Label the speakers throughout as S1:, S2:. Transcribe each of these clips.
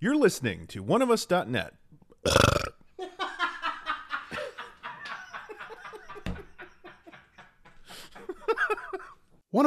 S1: You're listening to oneofus.net.
S2: One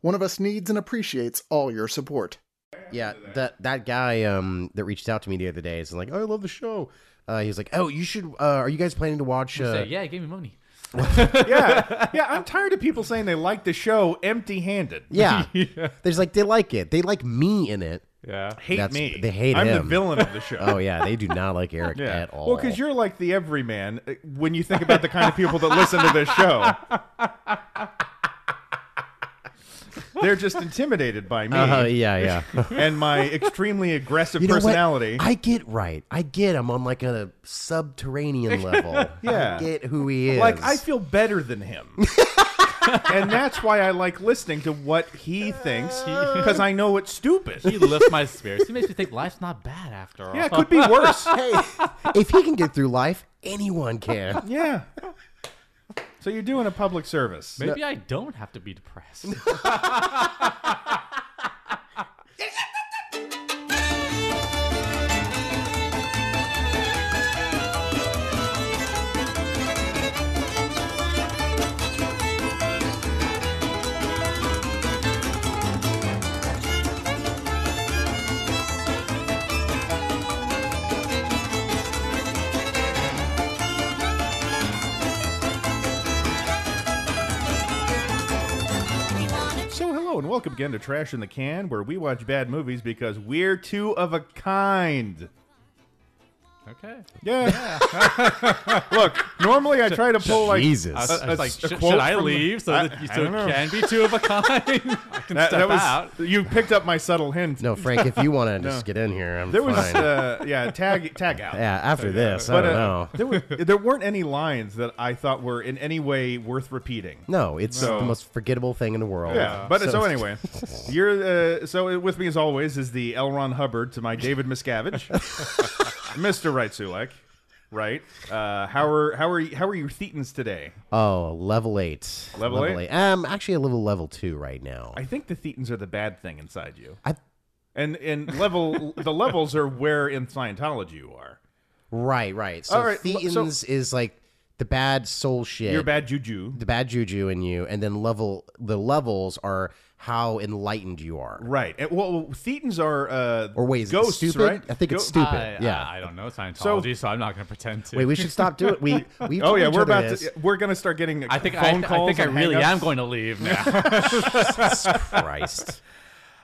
S2: One of us needs and appreciates all your support.
S3: Yeah, that that guy um that reached out to me the other day is like, "Oh, I love the show. Uh, he's like, oh, you should. Uh, are you guys planning to watch? Uh,
S4: Say, yeah, give me money.
S1: Yeah, yeah. I'm tired of people saying they like the show empty-handed.
S3: yeah. There's like they like it. They like me in it.
S4: Yeah.
S1: Hate
S3: That's-
S1: me.
S3: they hate
S1: I'm the
S3: him.
S1: villain of the show.
S3: Oh yeah, they do not like Eric at all.
S1: Well, because you're like the everyman uh, when you think about the kind of people that listen to this show. They're just intimidated by me
S3: Uh, yeah, yeah.
S1: and my extremely aggressive
S3: You know what?
S1: personality.
S3: I get right. I get him on like a subterranean level.
S1: Yeah.
S3: I get who he is.
S1: Like I feel better than him. and that's why I like listening to what he thinks because I know it's stupid.
S4: He lifts my spirits. He makes me think life's not bad after all.
S1: Yeah, it could be worse.
S3: hey, if he can get through life, anyone can.
S1: Yeah. So you're doing a public service.
S4: Maybe I don't have to be depressed.
S1: So hello and welcome again to Trash in the Can, where we watch bad movies because we're two of a kind.
S4: okay.
S1: Yeah. Look, normally I try to pull like
S3: Jesus.
S4: I was, I was like,
S1: a
S4: should,
S1: quote
S4: should I
S1: from the-
S4: leave so
S1: I-
S4: that
S1: I
S4: you so
S1: don't know.
S4: it can be two of a kind? I can
S1: that,
S4: step
S1: that was
S4: out.
S1: you picked up my subtle hint.
S3: no, Frank, if you want to just get in here, I'm
S1: there was
S3: fine.
S1: uh, yeah tag tag out.
S3: yeah, after this, I
S1: But
S3: don't
S1: uh,
S3: know.
S1: there were there weren't any lines that I thought were in any way worth repeating.
S3: No, it's
S1: So-
S3: the most forgettable thing in the world.
S1: Yeah, but so, anyway, you're uh, so with me as always is the L. Ron Hubbard to my David Miscavige, Mr. Right Sulek, right? Uh, how are how are how are your thetans today?
S3: Oh, level eight.
S1: Level eight?
S3: Um, actually, a little level two right now.
S1: I think the thetans are the bad thing inside you,
S3: I,
S1: and and level the levels are where in Scientology you are.
S3: right, right. So
S1: All right, l- so-
S3: Thetans is like the bad soul shit.
S1: You're bad juju,
S3: the bad juju in you, and then level the levels are how enlightened you are,
S1: right? And, well, thetans are uh,
S3: or wait, is
S1: ghosts,
S3: it stupid?
S1: right?
S3: I think it's
S1: Go-
S3: stupid.
S4: I,
S3: yeah.
S4: I, I don't know Scientology, so, I'm not going to pretend to.
S3: wait, we should stop doing. We we.
S1: Oh yeah, we're about
S3: this.
S1: to we're gonna start getting
S4: I think I,
S1: phone
S4: I
S1: calls.
S4: think I
S1: and
S4: really
S1: hang-ups.
S4: am going to leave now.
S3: Christ.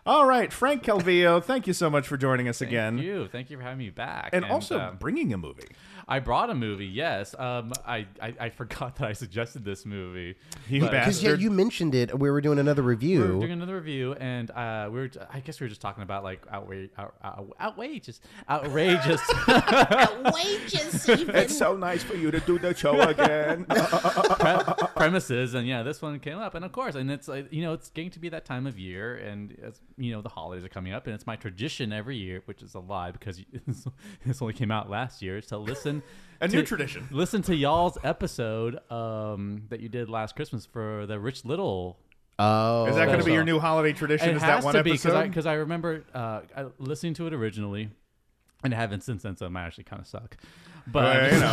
S1: All right, Frank Calvillo, thank you so much for joining us again.
S4: Thank you. Thank you for having me back.
S1: and, also
S4: um,
S1: bringing a movie.
S4: I brought a movie. Yes. Um, I, I I forgot that I suggested this movie.
S1: You
S4: But-
S3: Because yeah,
S1: bastard.
S3: you mentioned it. We were doing another
S4: we were
S3: review.
S4: doing another review, and uh, we were. I guess we were just talking about like outwa- out, out, outrageous, outrageous.
S5: outrageous even.
S1: It's so nice for you to do the show again.
S4: pre- premises and yeah this one came up and of course and it's like you know it's getting to be that time of year and it's, you know the holidays are coming up and it's my tradition every year which is a lie because this only came out last year is to listen
S1: A
S4: to-
S1: new tradition.
S4: listen to y'all's episode um that you did last christmas for the rich little
S3: oh,
S1: is that going to
S4: so-
S1: be your new holiday tradition?
S4: it
S1: Is
S4: has
S1: that one
S4: to be because I,
S1: episode?
S4: 'cause I remember uh, I- listening to it originally, and I haven't since then. So it might actually kind of suck. But
S1: Uh, you know.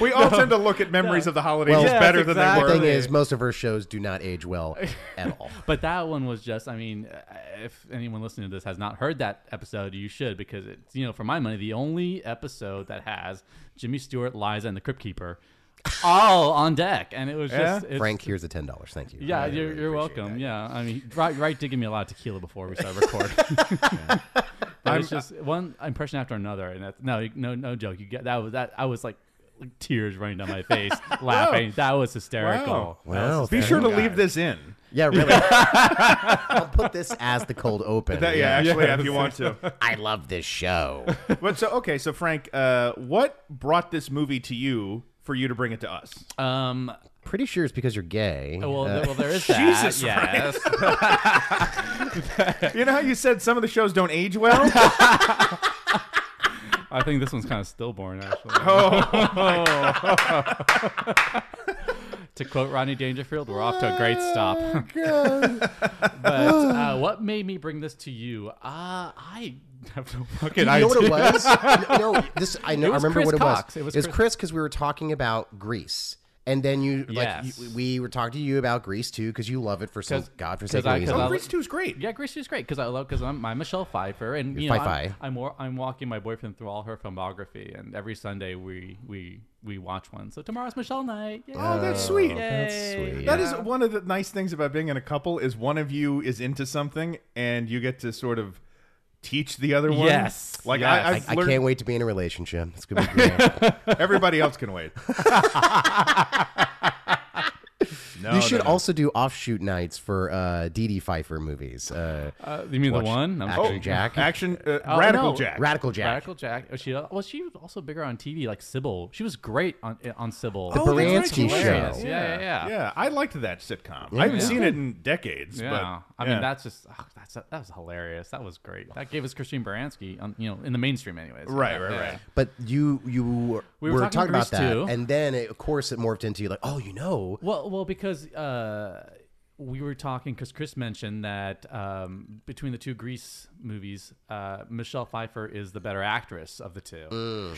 S1: we all tend to look at memories of the holidays
S3: Well, Yes,
S1: better
S3: the
S1: than
S3: thing
S1: they were.
S3: is, most of her shows do not age well at all.
S4: but that one was just. I mean, uh, if anyone listening to this has not heard that episode, you should because it's you know for my money the only episode that has Jimmy Stewart, Liza, and the Crypt Keeper all on deck, and it was
S1: Yeah?
S4: just it's,
S3: Frank, here's a ten dollars. Thank you.
S4: Yeah,
S3: I really
S4: you're, you're
S3: appreciate
S4: welcome.
S3: that.
S4: Yeah, I mean, right, right did give me a lot of tequila before we started recording. That was just
S3: uh,
S4: one impression after another, and that's no, no, no joke. You get that was that I was like, like tears running down my face, laughing. That was hysterical.
S1: Wow.
S4: That was
S3: Wow,
S1: Be sure to
S4: hysterical. Guys.
S1: leave this in.
S3: Yeah, really. I'll put this as the cold open.
S1: That- yeah, actually, if you want to.
S3: I love this show.
S1: But so okay, so Frank, uh, what brought this movie to you for you to bring it to us?
S4: Um,
S3: Pretty sure it's because you're gay.
S4: Oh, well,
S3: Uh,
S4: there, well, there is that.
S1: Jesus
S4: yes.
S1: You know how you said some of the shows don't age well?
S4: I think this one's kind of stillborn, actually.
S3: Oh.
S4: to quote Ronnie Dangerfield, we're off to a great stop. but uh, what made me bring this to you? Uh, I have no fucking
S3: you know what
S4: idea.
S3: it was? no, this I know. I
S4: was
S3: remember
S4: Chris
S3: what it
S4: Cox.
S3: was.
S4: It was Chris-
S3: Chris because we were talking about Greece, and then you like
S4: Yes.
S3: you- we were talking to you about Greece too because you love it for some
S4: 'Cause-
S3: godforsaken
S4: 'cause I-
S3: reason.
S4: Well, 'cause
S1: Oh, Grease Two is great.
S4: Yeah, Gracie is great because I love because I'm my Michelle Pfeiffer and you know
S3: Pfeiffer.
S4: I'm, I'm wa- I'm walking my boyfriend through all her filmography and every Sunday we we we watch one. So tomorrow's Michelle night. Yay.
S1: Oh, that's sweet.
S3: that's
S4: Yay.
S3: sweet.
S1: That is one of the nice things about being in a couple is one of you is into something and you get to sort of teach the other one.
S4: Yes.
S1: Like
S4: Yes.
S1: I,
S3: I,
S1: I've
S3: I
S1: learned
S3: can't wait to be in a relationship. It's gonna be great.
S1: everybody else can wait. no,
S3: you should
S1: no, no.
S3: also do offshoot nights for uh, Dee Dee Pfeiffer movies. Uh,
S4: Uh, you mean
S3: watch
S4: the one? I'm
S3: Action
S4: kidding.
S3: Jack.
S1: Oh, action uh,
S4: Oh,
S1: radical
S4: no.
S1: Jack.
S3: Radical Jack.
S4: Radical Jack. Oh, she well, she was also bigger on TV, like Sybil. She was great on on Sybil.
S3: The
S1: Oh, that's right,
S3: Baranski
S1: hilarious.
S3: Show.
S4: Yeah, yeah, yeah.
S1: Yeah, I liked that sitcom. I haven't seen it in decades.
S4: Yeah,
S1: but,
S4: I
S1: yeah.
S4: mean that's just oh, that's that was hilarious. That was great. That gave us Christine Baranski, on, you know, in the mainstream, anyways.
S1: Right, right,
S4: Yeah.
S1: right.
S3: But you you
S4: We
S3: were,
S4: were
S3: talking,
S4: talking
S3: about
S4: Grease,
S3: that,
S4: too.
S3: and then it, of course it morphed into like, oh, you know,
S4: Well, well, because uh, we were talking because Chris mentioned that um, between the two Grease movies, uh, Michelle Pfeiffer is the better actress of the two.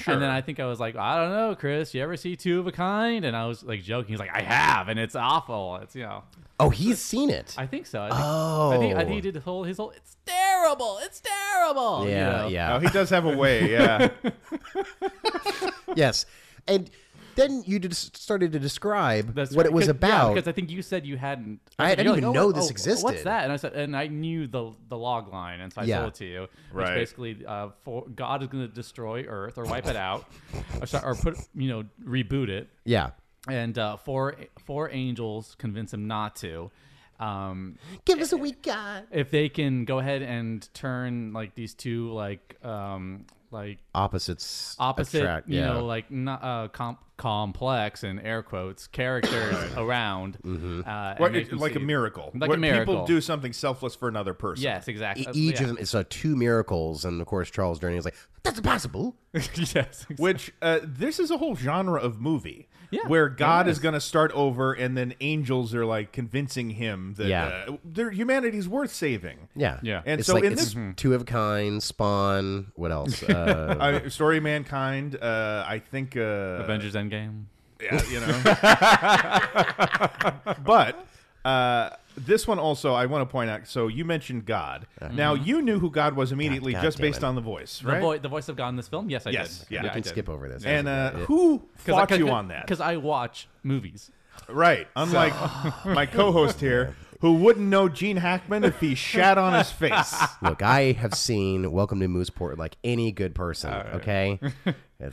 S4: And then I think I was like, I don't know, Chris, you ever see Two of a Kind? And I was like joking. He's like, I have, and it's awful. It's you know,
S3: oh, he's seen it.
S4: I think so. I think, I think, I think he did his whole his whole. It's terrible. It's terrible. you
S3: yeah,
S4: know?
S3: yeah.
S1: Oh, he does have a way, yeah.
S3: yes. And then you just started to describe
S4: That's
S3: what
S4: right.
S3: it was
S4: 'Cause-
S3: about.
S4: Yeah, because I think you said you hadn't.
S3: I- I
S4: you're
S3: didn't
S4: like,
S3: even
S4: "Oh,
S3: know
S4: what-
S3: this
S4: oh,
S3: existed."
S4: What's that? And I said, and I knew the the log line, and so I
S3: Yeah.
S4: told it to you. Which
S1: Right.
S4: Basically, uh, for, God is going to destroy Earth or wipe it out, or, so- or put you know reboot it,
S3: yeah.
S4: and uh, four four angels convince him not to. Um,
S3: Give us a week, God.
S4: if they can go ahead and turn like these two like um like
S3: Opposites.
S4: opposite,
S3: attract,
S4: you
S3: yeah.
S4: know, like not uh, comp- complex and air quotes characters around.
S3: Mm-hmm.
S4: Uh, and
S1: Well,
S4: they
S1: it-
S4: can
S1: like a
S4: see-
S1: miracle.
S4: Like a
S1: Where People
S4: miracle.
S1: do something selfless for another person.
S4: Yes, exactly.
S3: E- each
S4: Yeah.
S3: of them is uh, two miracles, and of course Charles Durning is like, "That's impossible."
S4: yes. exactly.
S1: Which uh, this is a whole genre of movie
S4: Yeah,
S1: where
S4: it
S1: God is
S4: is.
S1: going to start over, and then angels are like convincing him that
S3: Yeah.
S1: uh, their humanity's worth saving.
S3: Yeah,
S4: Yeah.
S1: And
S3: it's
S1: so
S3: like
S1: in
S3: it's
S1: this,
S3: two of a kind, Spawn. What else? Uh,
S1: uh, story of mankind, uh, I think. Uh,
S4: Avengers Endgame.
S1: yeah, you know. but uh, this one also, I want to point out. So you mentioned God. Now you knew who God was immediately,
S3: God
S1: just
S3: damn
S1: based
S3: it.
S1: on the voice,
S4: The,
S1: right?
S4: vo- the voice of God in this film. Yes, I
S1: Yes,
S4: did.
S1: yeah.
S3: we
S1: I
S3: can
S1: did.
S3: skip over this.
S1: and
S3: That's
S1: uh,
S3: about it.
S1: who
S4: Because
S1: fought you on that?
S4: Because I watch movies.
S1: Right. Unlike my co-host here, who wouldn't know Gene Hackman if he shat on his face.
S3: look, I have seen Welcome to Mooseport like any good person.
S1: Oh,
S3: Okay,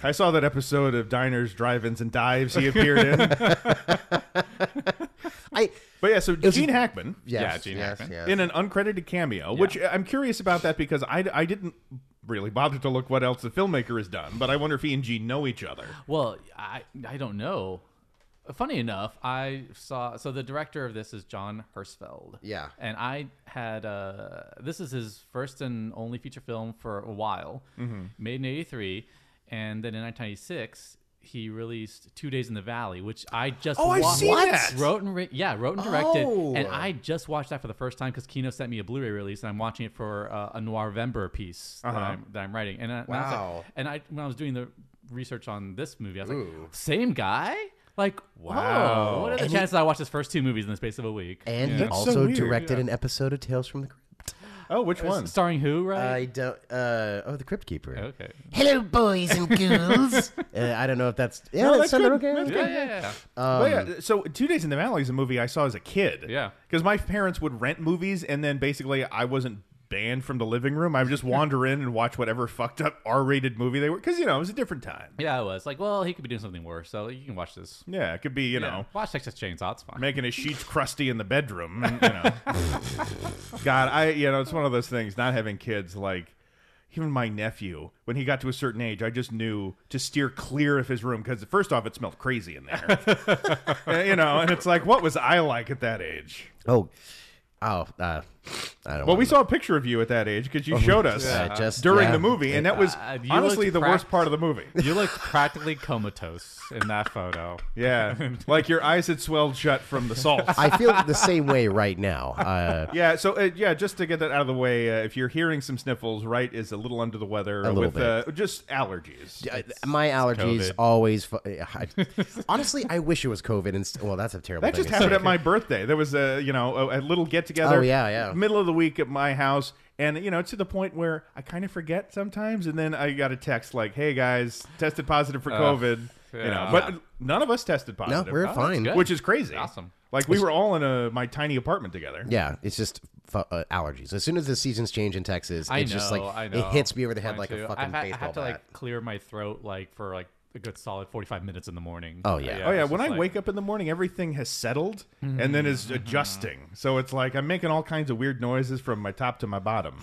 S1: I saw that episode of Diners, Drive-ins, and Dives he appeared in. But
S3: I
S1: yeah, so
S3: was-
S1: Gene Hackman
S3: yes,
S4: Gene
S3: yes,
S4: Hackman.
S3: yes.
S1: in an uncredited cameo, which I'm curious about that because I, I didn't really bother to look what else the filmmaker has done, but I wonder if he and Gene know each other.
S4: Well, I I don't know. Funny enough, I saw so the director of this is John Hirschfeld.
S3: Yeah.
S4: and I had uh, this is his first and only feature film for a while,
S1: Mm-hmm.
S4: made in '83, and then in 1996 he released Two Days in the Valley, which I just
S1: Oh, I've
S4: wa-
S1: seen What? that.
S4: wrote and re- yeah wrote and directed,
S3: Oh.
S4: and I just watched that for the first time because Kino sent me a Blu-ray release, and I'm watching it for uh, a Noir Vember piece
S1: Uh-huh.
S4: that, I'm, that I'm writing, and I, and I was like-
S3: Wow.
S4: and I, when I was doing the research on this movie, I was like, same guy? Like, wow. what are the
S3: And he-
S4: chances I watched his first two movies in the space of a week?
S3: And he
S1: That's so
S3: also
S1: weird.
S3: directed an episode of Tales from the Crypt.
S1: Oh, which one?
S4: Starring who, right?
S3: I don't. Uh, oh, the Crypt Keeper.
S4: okay.
S3: Hello, boys and ghouls. uh, I don't know if that's. Yeah,
S1: No,
S3: that
S1: that's
S3: sounded
S1: good.
S3: okay.
S1: That's
S4: Yeah, yeah, yeah.
S1: But Oh, yeah, so Two Days in the Valley is a movie I saw as a kid.
S4: Um, Yeah.
S1: Because my parents would rent movies, and then basically I wasn't banned from the living room. I would just wander in and watch whatever fucked up R-rated movie they were, because you know it was a different time.
S4: Yeah, I was like, well, he could be doing something worse, so you can watch this.
S1: Yeah, it could be you know
S4: watch Texas Chainsaw. It's fine.
S1: making his sheets crusty in the bedroom. And, you know, God, I you know it's one of those things. Not having kids, like even my nephew, when he got to a certain age, I just knew to steer clear of his room because first off, it smelled crazy in there. Uh, you know, and it's like, what was I like at that age?
S3: Oh, oh, uh, I don't.
S1: Well, we
S3: wanna-
S1: saw a picture of you at that age because you showed us
S3: yeah, just-
S1: during
S3: yeah.
S1: the movie, and that was
S4: Uh, you
S1: honestly
S4: looked
S1: the worst
S4: cracked.
S1: part of the movie.
S4: You looked practically comatose in that photo.
S1: Yeah, like your eyes had swelled shut from the salt.
S3: I feel the same way right now. Uh,
S1: Yeah, so uh, yeah, just to get that out of the way, uh, if you're hearing some sniffles, right is a little under the weather
S3: little
S1: with
S3: bit.
S1: Uh, just allergies.
S3: uh, my allergies
S4: COVID.
S3: always. Fu- I, honestly, I wish it was COVID. And st- well, that's a terrible.
S1: That
S3: thing
S1: just
S3: to say.
S1: happened at my birthday. There was a you know a, a little get together.
S3: Oh, yeah, yeah.
S1: Middle of the week at my house, and you know to the point where I kind of forget sometimes, and then I got a text like, "Hey guys, tested positive for COVID." You know,
S4: yeah.
S1: but none of us tested
S3: No,
S1: positive. Oh,
S3: we're fine.
S4: good.
S1: Which is crazy.
S4: Awesome.
S1: Like we were all in a my tiny apartment together.
S3: Yeah, it's just fu- uh, allergies. As soon as the seasons change in Texas,
S4: I
S3: it's
S4: know,
S3: just like
S4: I know.
S3: it hits me over the head
S4: Mine
S3: like
S4: too.
S3: a fucking
S4: I've had- I
S3: baseball
S4: have to
S3: bat.
S4: like clear my throat like for like a good solid forty five minutes in the morning.
S3: Oh, yeah.
S1: Oh yeah,
S4: it's
S1: when I
S4: just like-
S1: wake up in the morning, everything has settled and then is adjusting. So it's like I'm making all kinds of weird noises from my top to my bottom.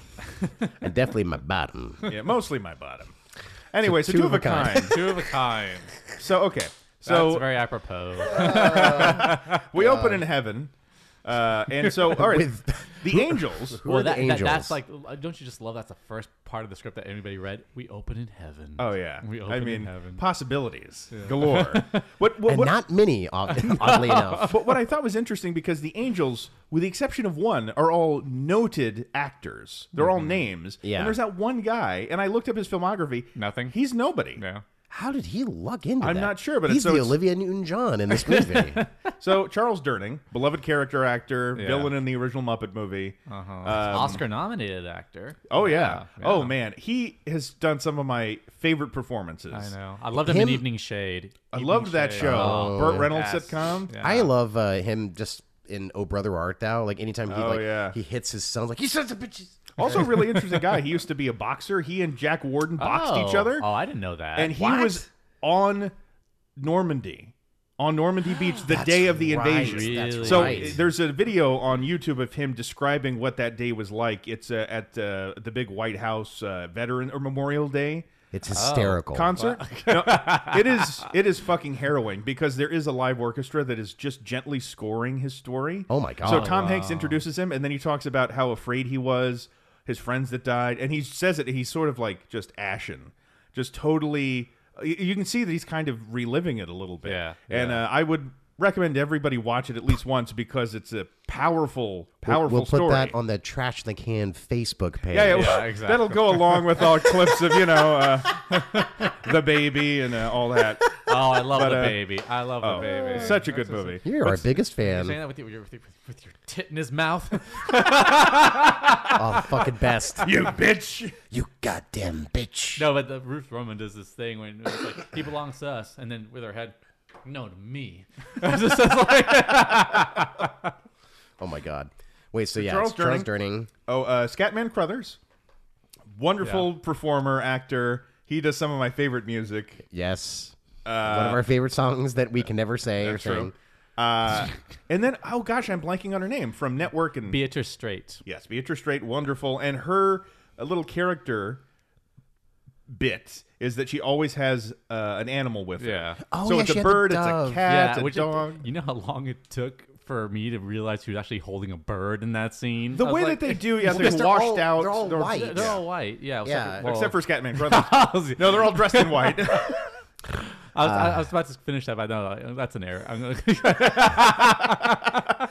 S3: and definitely my bottom.
S1: Yeah, mostly my bottom. Anyway, so, two, of a kind.
S4: two of a kind.
S1: so okay,
S4: That's
S1: so
S4: very apropos.
S1: we open in heaven, uh, and so all right,
S3: With-
S1: the angels.
S3: Who are the
S4: that, that-
S3: angels?
S4: that's like, uh, don't you just love? That's the first part of the script that anybody read. We open in heaven.
S1: Oh yeah,
S4: we open
S1: I mean
S4: in heaven.
S1: possibilities galore. what what,
S3: and
S1: what,
S3: not many, odd- oddly enough.
S1: but what I thought was interesting because the angels, with the exception of one, are all noted actors. They're
S4: Mm-hmm.
S1: all names.
S3: Yeah.
S1: And there's that one guy, and I looked up his filmography.
S4: Nothing.
S1: He's nobody.
S4: yeah.
S3: How did he luck into
S1: I'm
S3: that?
S1: not sure, but
S3: he's
S1: it's- so
S3: the
S1: it's-
S3: Olivia Newton-John in this movie.
S1: So Charles Durning, beloved character actor,
S4: Yeah.
S1: villain in the original Muppet movie.
S4: Uh-huh.
S1: Um,
S4: Oscar nominated actor.
S1: Oh yeah.
S4: Yeah,
S1: Oh
S4: yeah.
S1: man, he has done some of my favorite performances.
S4: I know. I loved him,
S3: Him-
S4: in Evening Shade.
S1: I loved that show.
S4: Oh,
S1: Burt Reynolds
S4: yes.
S1: sitcom.
S4: Yeah.
S3: I love uh, him just in "Oh Brother Art Thou." Like anytime he
S1: Oh,
S3: like
S1: yeah.
S3: he hits his son, like he sons of bitches.
S1: Also, really interesting guy. He used to be a boxer. He and Jack Warden boxed
S4: oh.
S1: each other,
S4: Oh, I didn't know that.
S1: and he was on Normandy, on Normandy Beach, the
S3: That's
S1: day of the
S3: right,
S1: invasion.
S3: that's
S4: Really?
S1: So uh,
S3: right.
S1: there's a video on YouTube of him describing what that day was like. It's uh, at uh, the big White House uh, Veteran or Memorial Day.
S3: it's hysterical.
S1: concert. No, it is it is fucking harrowing because there is a live orchestra that is just gently scoring his story.
S3: Oh my God.
S1: So Tom Hanks introduces him and then he talks about how afraid he was, his friends that died, and he says it he's sort of like just ashen. Just totally you- you can see that he's kind of reliving it a little bit.
S4: Yeah,
S1: And Uh, I would recommend everybody watch it at least once because it's a powerful
S3: We'll-
S1: powerful
S3: We'll put
S1: story.
S3: that on the Trash in the Can Facebook page.
S1: Yeah, yeah,
S4: Yeah,
S1: well,
S4: exactly.
S1: that'll go along with all clips of you know uh, the baby and uh, all that.
S4: oh, I love
S1: But,
S4: the
S1: uh,
S4: baby. I love the baby.
S1: Such a good movie.
S3: You're our biggest
S4: You're saying
S3: fan.
S4: that with your, with your, with your tit in his mouth.
S3: oh, the fucking best.
S1: You bitch.
S3: You goddamn bitch.
S4: no, but the Ruth Roman does this thing when it's like he belongs to us, and then with her head, no to me. It's just- it's like-
S3: Oh my god. Wait, so yeah,
S1: Charles
S3: it's Charles Durning.
S1: Oh, uh, Scatman Crothers, wonderful performer, actor. He does some of my favorite music.
S3: Yes. One of our favorite songs that we can never say or sing.
S1: Uh, and then, oh gosh, I'm blanking on her name from Network and
S4: Beatrice Straight.
S1: yes, Beatrice Straight, wonderful, and her uh, little character bit is that she always has uh, an animal with her.
S4: Yeah.
S3: Oh,
S1: so
S3: yeah,
S1: it's a
S3: she had the
S1: bird, it's a
S3: dove.
S1: cat, a
S4: which-
S1: dog.
S4: You know how long it took for me to realize she was actually holding a bird in that scene?
S1: The
S4: I was
S1: way
S4: like-
S1: that they do, yeah,
S3: because
S1: they're,
S3: they're
S1: washed
S3: all-
S1: out.
S3: they're all white.
S4: They're all white. Yeah.
S3: Yeah.
S1: Except for Scatman Crothers.
S4: for.
S1: no, they're all Ah. dressed in white.
S4: I was, I, I was about to finish that, but no, that's an error. I'm gonna,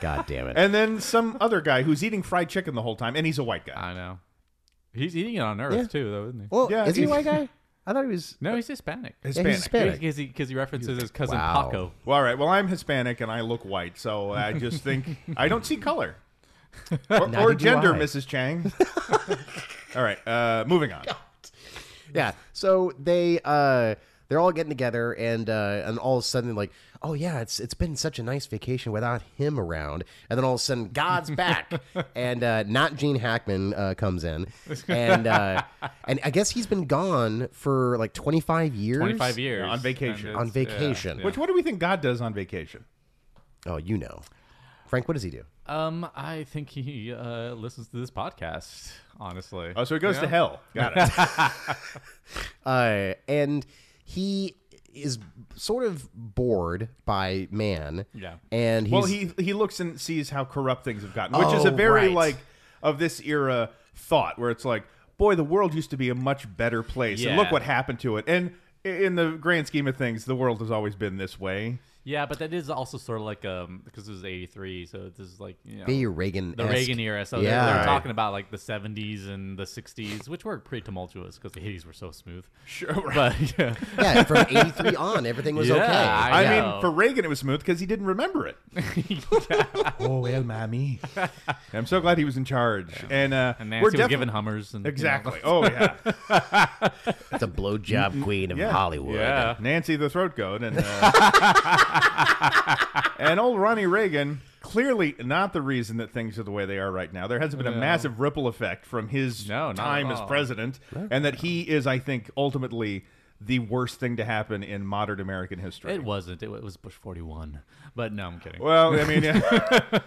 S3: God damn it.
S1: and then some other guy who's eating fried chicken the whole time, and he's a
S3: Uh,
S1: white guy.
S4: I know. He's eating it on Earth
S3: Yeah.
S4: too, though, isn't he?
S3: well,
S1: yeah,
S3: is he a
S1: he's-
S3: white guy? I thought he was
S4: no, he's Hispanic.
S3: yeah, he's Hispanic.
S4: Because he, because he references his cousin
S3: Wow.
S4: Paco.
S1: Well, all right. Well, I'm Hispanic and I look white, so I just think I don't see color or,
S3: Neither
S1: or
S3: do
S1: gender,
S3: I.
S1: Mrs. Chang. all right. Uh, moving on.
S3: Yeah. So they uh they're all getting together, and uh, and all of a sudden, like, oh yeah, it's it's been such a nice vacation without him around, and then all of a sudden, God's back, and uh, not Gene Hackman uh, comes in, and uh, and I guess he's been gone for like twenty five years.
S4: 25 years
S1: on vacation.
S4: and
S3: on
S4: it's- yeah,
S3: vacation.
S1: Which what do we think God does on vacation?
S3: Oh, you know, Frank, what does he do?
S4: Um, I think he uh, listens to this podcast. Honestly,
S1: Oh, so he goes to hell. Got it.
S3: uh, and he is sort of bored by man.
S4: Yeah.
S3: and he's,
S1: Well, he he looks and sees how corrupt things have gotten, which is a
S3: Oh,
S1: very
S3: right.
S1: like of this era thought where it's like, boy, the world used to be a much better place, and look
S4: Yeah.
S1: what happened to it. And i- in the grand scheme of things, the world has always been this way.
S4: yeah, but that is also sort of like um because it was '83, so this is like you know,
S3: very Reagan.
S4: the Reagan era. So
S3: yeah,
S4: they're, they're talking about like the 70s and the 60s, which were pretty tumultuous because the 80s were so smooth.
S1: Sure.
S4: But yeah,
S3: yeah. From '83 on, everything was
S4: Yeah,
S3: okay.
S4: I
S1: I
S3: Yeah.
S4: know.
S1: mean, for Reagan, it was smooth because he didn't remember it. oh well, mommy. I'm so glad he was in charge, and uh,
S4: and
S1: we're
S4: Nancy was
S1: definitely
S4: given Hummers and you know.
S1: exactly. Oh yeah,
S3: the blowjob queen of
S1: yeah.
S3: Hollywood.
S4: Yeah.
S1: Nancy the throat goat and uh, and old Ronnie Reagan clearly not the reason that things are the way they are right now. There hasn't been a massive ripple effect from his
S4: No, not at
S1: time as
S4: all.
S1: president, and that he is, I think, ultimately the worst thing to happen in modern American history.
S4: It wasn't. It wa- it was Bush 41. But no, I'm kidding.
S1: well, I mean, yeah.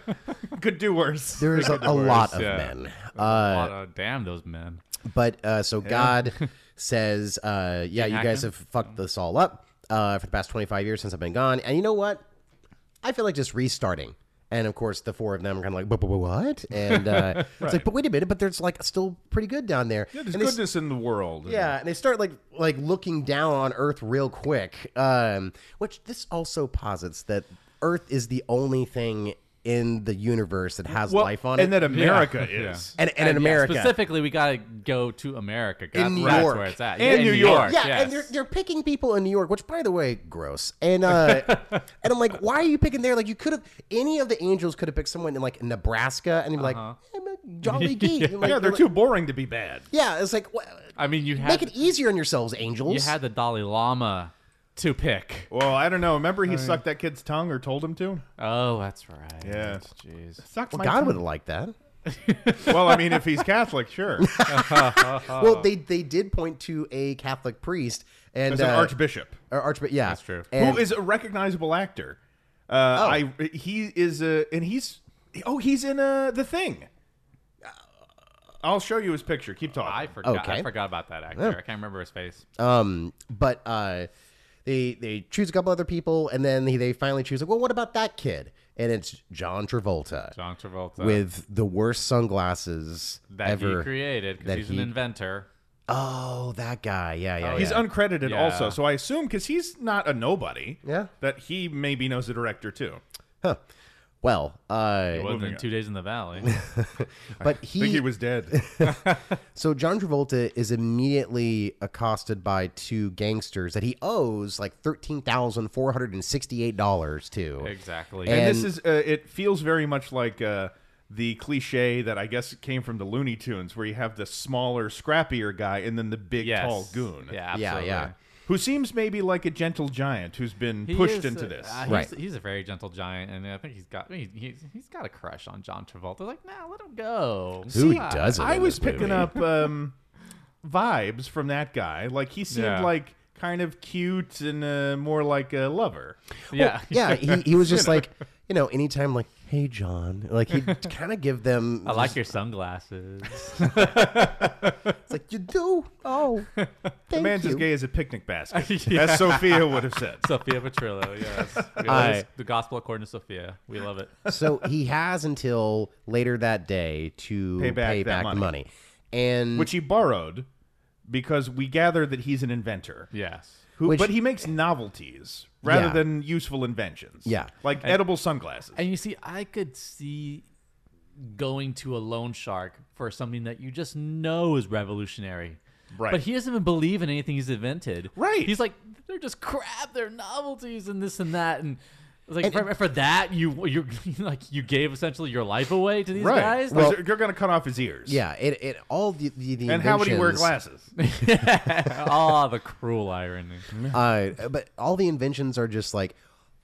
S1: could do worse.
S3: There's a, a lot of
S4: yeah.
S3: men,
S4: A
S3: uh,
S4: lot of- damn those men.
S3: but uh, so God says, uh, "Yeah, you guys
S4: Hackman?
S3: have fucked this all up uh, for the past 25 years since I've been gone, and you know what? I feel like just restarting. And of course, the four of them are kind of like, but, but but what? And uh, it's like, but wait a minute, but there's like still pretty good down there.
S1: Yeah, there's
S3: And they s-
S1: goodness in the world.
S3: yeah, and they start like like looking down on Earth real quick. Um, which this also posits that Earth is the only thing in the universe that has
S1: Well,
S3: life on
S1: and
S3: it,
S1: that America
S4: Yeah.
S1: is.
S3: and, and in
S4: yeah,
S3: America.
S4: specifically, we gotta go to America. God,
S3: New
S4: that's
S3: York.
S4: where it's at.
S1: In
S4: Yeah, in
S1: New
S4: New
S1: York.
S4: York.
S3: Yeah,
S4: yes.
S3: and they're they're picking people in New York, which by the way, gross. And uh and I'm like, why are you picking there? Like you could have any of the angels could have picked someone in like Nebraska and you'd be like, I'm a jolly geek. And, like,
S1: Yeah, they're
S3: like-
S1: too boring to be bad.
S3: Yeah, it's like wha-
S4: I mean, you
S3: make
S4: had
S3: it easier on yourselves,
S4: you
S3: angels.
S4: had the Dalai Lama to pick.
S1: Well, I don't know. Remember he sucked that kid's tongue or told him to?
S4: Oh, that's right.
S1: Yeah.
S4: Jeez.
S1: Sucked my
S3: God
S1: tongue.
S3: would have liked that.
S1: Well, I mean, if he's Catholic, sure.
S3: Well, they they did point to a Catholic priest and
S1: As an
S3: uh,
S1: archbishop.
S3: or archbishop. Yeah, that's
S4: true.
S3: And Oh.
S1: who is a recognizable actor. Uh, I he is a and he's oh he's in uh the thing.
S3: Uh,
S1: I'll show you his picture. Keep talking.
S4: I forgot.
S3: Okay. Oh.
S4: I forgot about that actor. I can't remember his face.
S3: um, but uh, they they choose a couple other people, and then they, they finally choose like, well, what about that kid? And it's John Travolta.
S4: John Travolta.
S3: with the worst sunglasses
S4: that
S3: ever.
S4: he created because
S3: that
S4: he's
S3: he-
S4: an inventor.
S3: Oh, that guy. Yeah, yeah.
S1: He's
S3: yeah.
S1: uncredited
S4: Yeah.
S1: also, so I assume because he's not a nobody.
S3: Yeah.
S1: that he maybe knows the director too.
S3: Huh. Well, uh,
S4: It wasn't two days in the valley.
S3: but
S1: I think
S3: he,
S1: he was dead.
S3: so John Travolta is immediately accosted by two gangsters that he owes like thirteen thousand four hundred and sixty-eight dollars to.
S4: exactly.
S1: and, this
S3: And-
S1: is uh, it feels very much like uh, the cliche that I guess came from the Looney Tunes, where you have the smaller, scrappier guy and then the big,
S4: yes.
S1: tall goon.
S4: Yeah.
S3: yeah,
S4: Absolutely.
S3: yeah.
S1: who seems maybe like a gentle giant who's been
S4: He
S1: pushed
S4: is,
S1: into
S4: uh,
S1: this.
S4: uh, he's,
S3: Right.
S4: He's a very gentle giant, and I think he's got I mean, he's, he's got a crush on John Travolta. Like, nah, let him go.
S3: Who
S4: Ah.
S3: doesn't?
S1: I
S3: in
S1: was
S3: this
S1: picking
S3: movie?
S1: up um, vibes from that guy. Like he seemed
S4: Yeah.
S1: like kind of cute and uh, more like a lover.
S4: Yeah.
S3: Yeah, he, he was just like, you know, anytime like, hey John, like he'd kind of give them.
S4: I like your sunglasses.
S3: It's like you do. Oh, thank
S1: The man's
S3: you.
S1: as gay as a picnic basket,
S4: Yeah.
S1: as Sophia would have said.
S4: Sophia Petrillo, yes. We
S3: I-
S4: always- the gospel according to Sophia. We love it.
S3: so he has until later that day to
S1: Pay back that
S3: the
S1: money.
S3: money. And
S1: Which he borrowed because we gather that he's an inventor.
S4: Yes.
S1: Who,
S3: Which-
S1: but he makes novelties rather
S3: Yeah.
S1: than useful inventions.
S3: Yeah.
S1: Like edible sunglasses.
S4: And you see, I could see going to a loan shark for something that you just know is revolutionary.
S1: Right.
S4: But he doesn't even believe in anything he's invented.
S1: Right.
S4: He's like, they're just crap. They're novelties and this and that. And It's Like for, for that, you you like you gave essentially your life away to these
S1: right.
S4: guys.
S1: Like,
S4: Like,
S1: you're- you're gonna cut off his ears.
S3: Yeah, it, it all the the, the
S1: And how would he wear
S3: inventions-
S1: glasses?
S4: oh, the cruel irony.
S3: Uh, but all the inventions are just like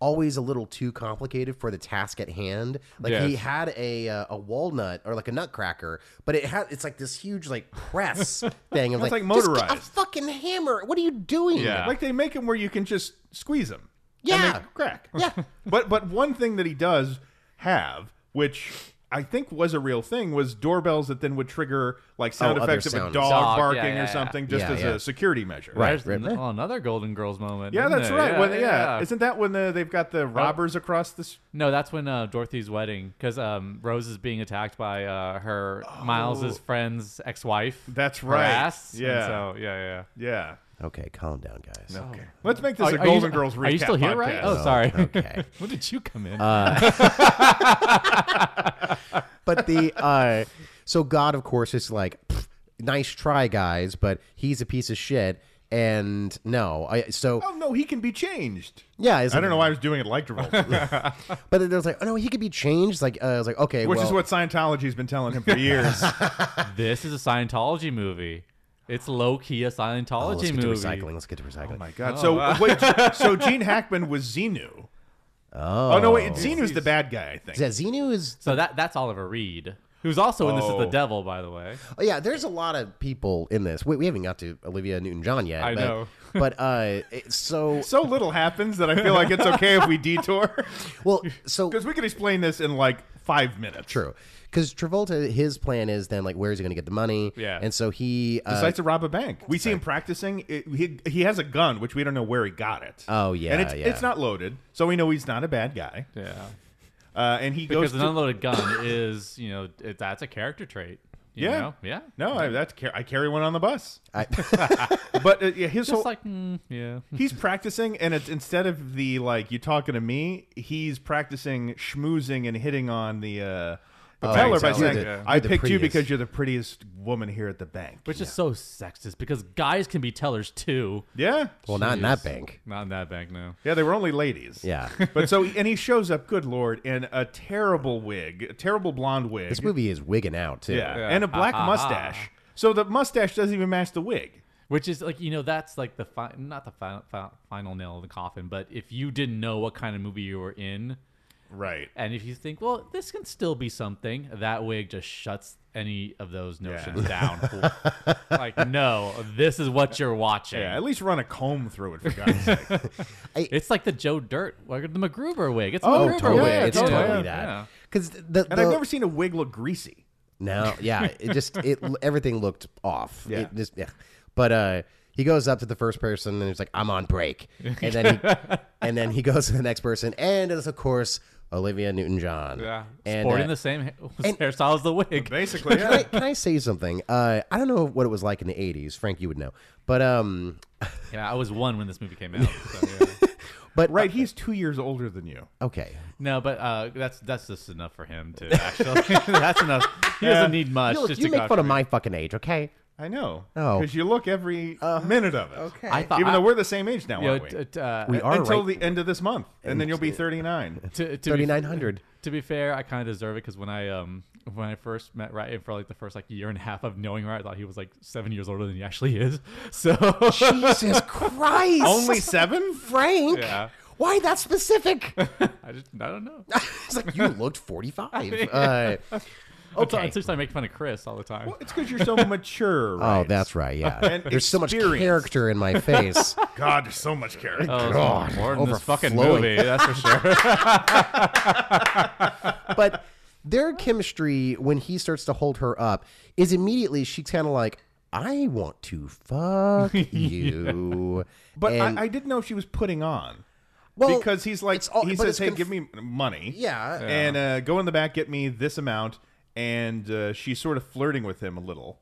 S3: always a little too complicated for the task at hand. Like he
S1: Yes.
S3: had a uh, a walnut or like a nutcracker, but it had it's like this huge like press thing. of
S1: That's like
S3: "Just get
S1: motorized."
S3: a fucking hammer. What are you doing?
S4: Yeah.
S1: Like they make him where you can just squeeze him.
S3: Yeah.
S1: And they crack.
S3: Yeah.
S1: but but one thing that he does have, which I think was a real thing, was doorbells that then would trigger like sound
S3: Oh, other
S1: effects of a dog,
S3: sounds.
S4: Dog, yeah,
S1: barking
S4: yeah,
S1: or
S4: yeah.
S1: something, just
S3: Yeah,
S1: as
S3: yeah.
S1: a security measure.
S3: Right,
S4: There's
S3: right, right.
S4: an- oh, another Golden Girls moment.
S1: Yeah,
S4: isn't
S1: that's
S4: there?
S1: right.
S4: Yeah,
S1: when,
S4: yeah,
S1: yeah,
S4: yeah.
S1: isn't that when the, they've got the robbers across the? s-
S4: No, that's when uh, Dorothy's wedding, because um, Rose is being attacked by uh, her Miles's friend's ex-wife.
S1: Oh. That's
S4: her
S1: right.
S4: ass. And
S1: Yeah.
S4: so yeah, yeah.
S1: Yeah.
S3: Okay, calm down, guys.
S1: Okay. Let's make this
S4: Are-
S1: a
S4: are you-
S1: Golden Girls recap
S4: Are you still here,
S1: podcast.
S4: right? Oh, sorry.
S3: Okay.
S4: when did you come
S1: Uh,
S4: in?
S3: but the uh so god of course is like "Pfft, nice try guys but he's a piece of shit and no i so
S1: Oh no, he can be changed.
S3: yeah it's
S1: I don't know why I was doing it like Travolta,
S3: but there's like oh no he could be changed like uh, i was like okay
S1: which
S3: well,
S1: is what Scientology's been telling him for years.
S4: this is a Scientology movie. It's low key a
S3: oh,
S4: Scientology
S3: let's get
S4: movie.
S3: to recycling let's get to recycling
S1: Oh My God. so wait, so Gene Hackman was Xenu. Oh, no, wait, Xenu's the bad guy, I think.
S3: yeah xenu is
S4: So that that's Oliver Reed, who's also in This Is the
S1: Oh.
S4: Devil, by the way.
S3: oh, yeah there's a lot of people in this we, we haven't got to olivia newton-john yet
S4: I
S3: but,
S4: know.
S3: but uh it's so
S1: So little happens that I feel like it's okay if we detour
S3: well so
S1: because we can explain this in like five minutes.
S3: true because travolta his plan is then like where is he going to get the money
S4: Yeah.
S3: and so he uh,
S1: Decides to rob a bank. We see him practicing. It, he he has a gun, which we don't know where he got it.
S3: Oh, yeah,
S1: and it's,
S3: yeah.
S1: it's not loaded, so we know he's not a bad guy.
S4: Yeah.
S1: Uh, and he
S4: Because
S1: goes
S4: an
S1: to-
S4: unloaded gun is, you know, it, that's a character trait. you
S1: Yeah.
S4: know? Yeah.
S1: no, I, that's car- I carry one on the bus.
S3: I-
S1: But uh, yeah, his
S4: Just
S1: whole
S4: like, mm, yeah.
S1: he's practicing, and it's instead of the like you talking to me, he's practicing schmoozing and hitting on the. Uh, the teller by
S3: right,
S1: saying,
S3: you're Oh, the-
S1: "I
S3: you're the
S1: picked you
S3: prettiest."
S1: because you're the prettiest woman here at the bank."
S4: Which is so sexist because guys can be tellers too.
S1: Yeah,
S3: well not in that bank
S4: Not in that bank, no.
S1: yeah, they were only ladies.
S3: yeah
S1: but so and he shows up, good lord, in a terrible wig, a terrible blonde wig.
S3: This movie is wigging out too.
S1: yeah. and a black
S3: Ah,
S1: mustache. So the mustache doesn't even match the wig.
S4: Which is like, you know, that's like the fi- not the fi- fi- final nail in the coffin, but if you didn't know what kind of movie you were in,
S1: Right.
S4: and if you think, well, this can still be something, that wig just shuts any of those notions down. like, no, this is what you're watching.
S1: Yeah, at least run a comb through it for God's sake.
S4: It's like the Joe Dirt, like the MacGruber wig. It's
S1: Oh,
S4: MacGruber
S3: totally.
S1: Yeah,
S4: wig.
S3: it's
S1: yeah,
S3: totally
S1: yeah,
S4: yeah.
S3: that. Because the,
S1: And I've never seen a wig look greasy.
S3: no, yeah, it just it everything looked off.
S1: Yeah.
S3: It just, yeah. But uh, he goes up to the first person and he's like, "I'm on break," and then he, and then he goes to the next person, and it's of course Olivia Newton-John.
S4: Yeah.
S3: and uh,
S4: Sporting the same ha- hairstyle as the wig.
S1: Basically,
S3: Can I, can I say something? Uh, I don't know what it was like in the '80s. Frank, you would know, but um,
S4: Yeah, I was one when this movie came out. so, yeah.
S3: but
S1: Right, he's two years older than you.
S3: okay,
S4: No, but uh, that's that's just enough for him too. Actually, that's enough. He doesn't need much.
S3: you,
S4: just
S3: you
S4: to
S3: make
S4: go
S3: fun of
S4: after
S3: my fucking age, okay?
S1: I know.
S3: Oh.
S1: Because you look every
S3: Uh-huh.
S1: minute of it.
S4: me. I thought
S1: Even
S4: I-
S1: though we're the same age now,
S4: you know,
S1: aren't we?
S4: t- t- uh,
S3: We are
S1: Until
S3: right.
S1: the end of this month. And then you'll be 39.
S4: to, to be-
S3: 3900.
S4: To be fair, I kind of deserve it because when I um when I first met Ryan for like the first like year and a half of knowing her, I thought he was like seven years older than he actually is. So
S3: Jesus Christ!
S1: Only seven?
S3: Frank.
S4: Yeah.
S3: Why that specific?
S4: I just I don't know.
S3: it's like you looked 45. Uh,
S4: So
S3: okay.
S4: it's just I make fun of Chris all the time.
S1: Well, it's because you're so mature, right?
S3: Oh, that's right. Yeah.
S1: And
S3: There's so much
S1: experience.
S3: character in my face.
S1: God, there's so much character.
S4: Oh,
S3: God,
S4: more than this fucking
S3: overflowing.
S4: movie, that's for sure.
S3: but their chemistry when he starts to hold her up is immediately she's kind of like, I want to fuck you.
S1: But
S3: And-
S1: I, I didn't know if she was putting on
S3: well,
S1: because he's like
S3: it's all-
S1: he
S3: but
S1: says,
S3: it's
S1: "Hey,
S3: conf-
S1: give me money."
S3: Yeah.
S1: and uh, go in the back, get me this amount, and uh, she's sort of flirting with him a little.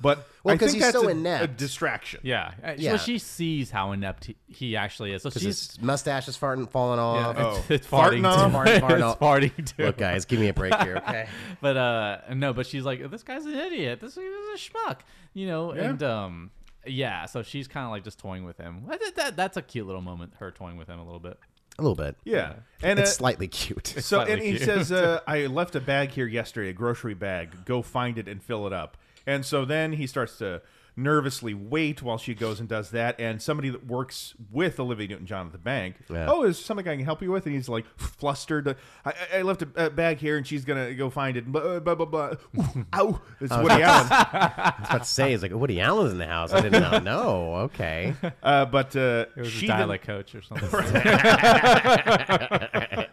S1: But
S3: Well,
S1: I
S3: 'cause
S1: think
S3: he's
S1: that's
S3: so
S1: a,
S3: inept.
S1: a distraction.
S4: Yeah. Uh,
S3: Yeah.
S4: Well, she sees how inept he, he actually is. So
S3: Because
S4: she's
S3: his mustache is farting, falling off.
S4: Yeah,
S1: Oh. Farting
S4: too.
S3: off? Farting, farting
S4: it's
S3: off.
S4: farting too.
S3: Look, guys, give me a break here, okay?
S4: But uh, no, but she's like, this guy's an idiot. This is a schmuck, you know. And um, yeah. So she's kind of like just toying with him. I think that that's a cute little moment. Her toying with him a little bit.
S3: a little bit.
S1: Yeah, and
S3: it's
S1: uh,
S3: slightly cute.
S1: So
S4: Slightly
S1: and he
S4: cute.
S1: says, uh, "I left a bag here yesterday, a grocery bag. Go find it and fill it up." And so then he starts to nervously wait while she goes and does that. And somebody that works with Olivia Newton-John at the bank,
S3: Yeah.
S1: oh, is there something I can help you with? And he's like flustered. I, I- I left a, a bag here, and she's gonna go find it. uh, Blah blah blah. blah. Ooh, ow! It's
S4: Oh,
S1: Woody Allen.
S3: I was about to say, it's like Woody Allen's in the house. I did not know. Okay.
S1: Uh, but uh,
S4: It was
S1: she
S4: a
S1: then-
S4: dialect coach or something.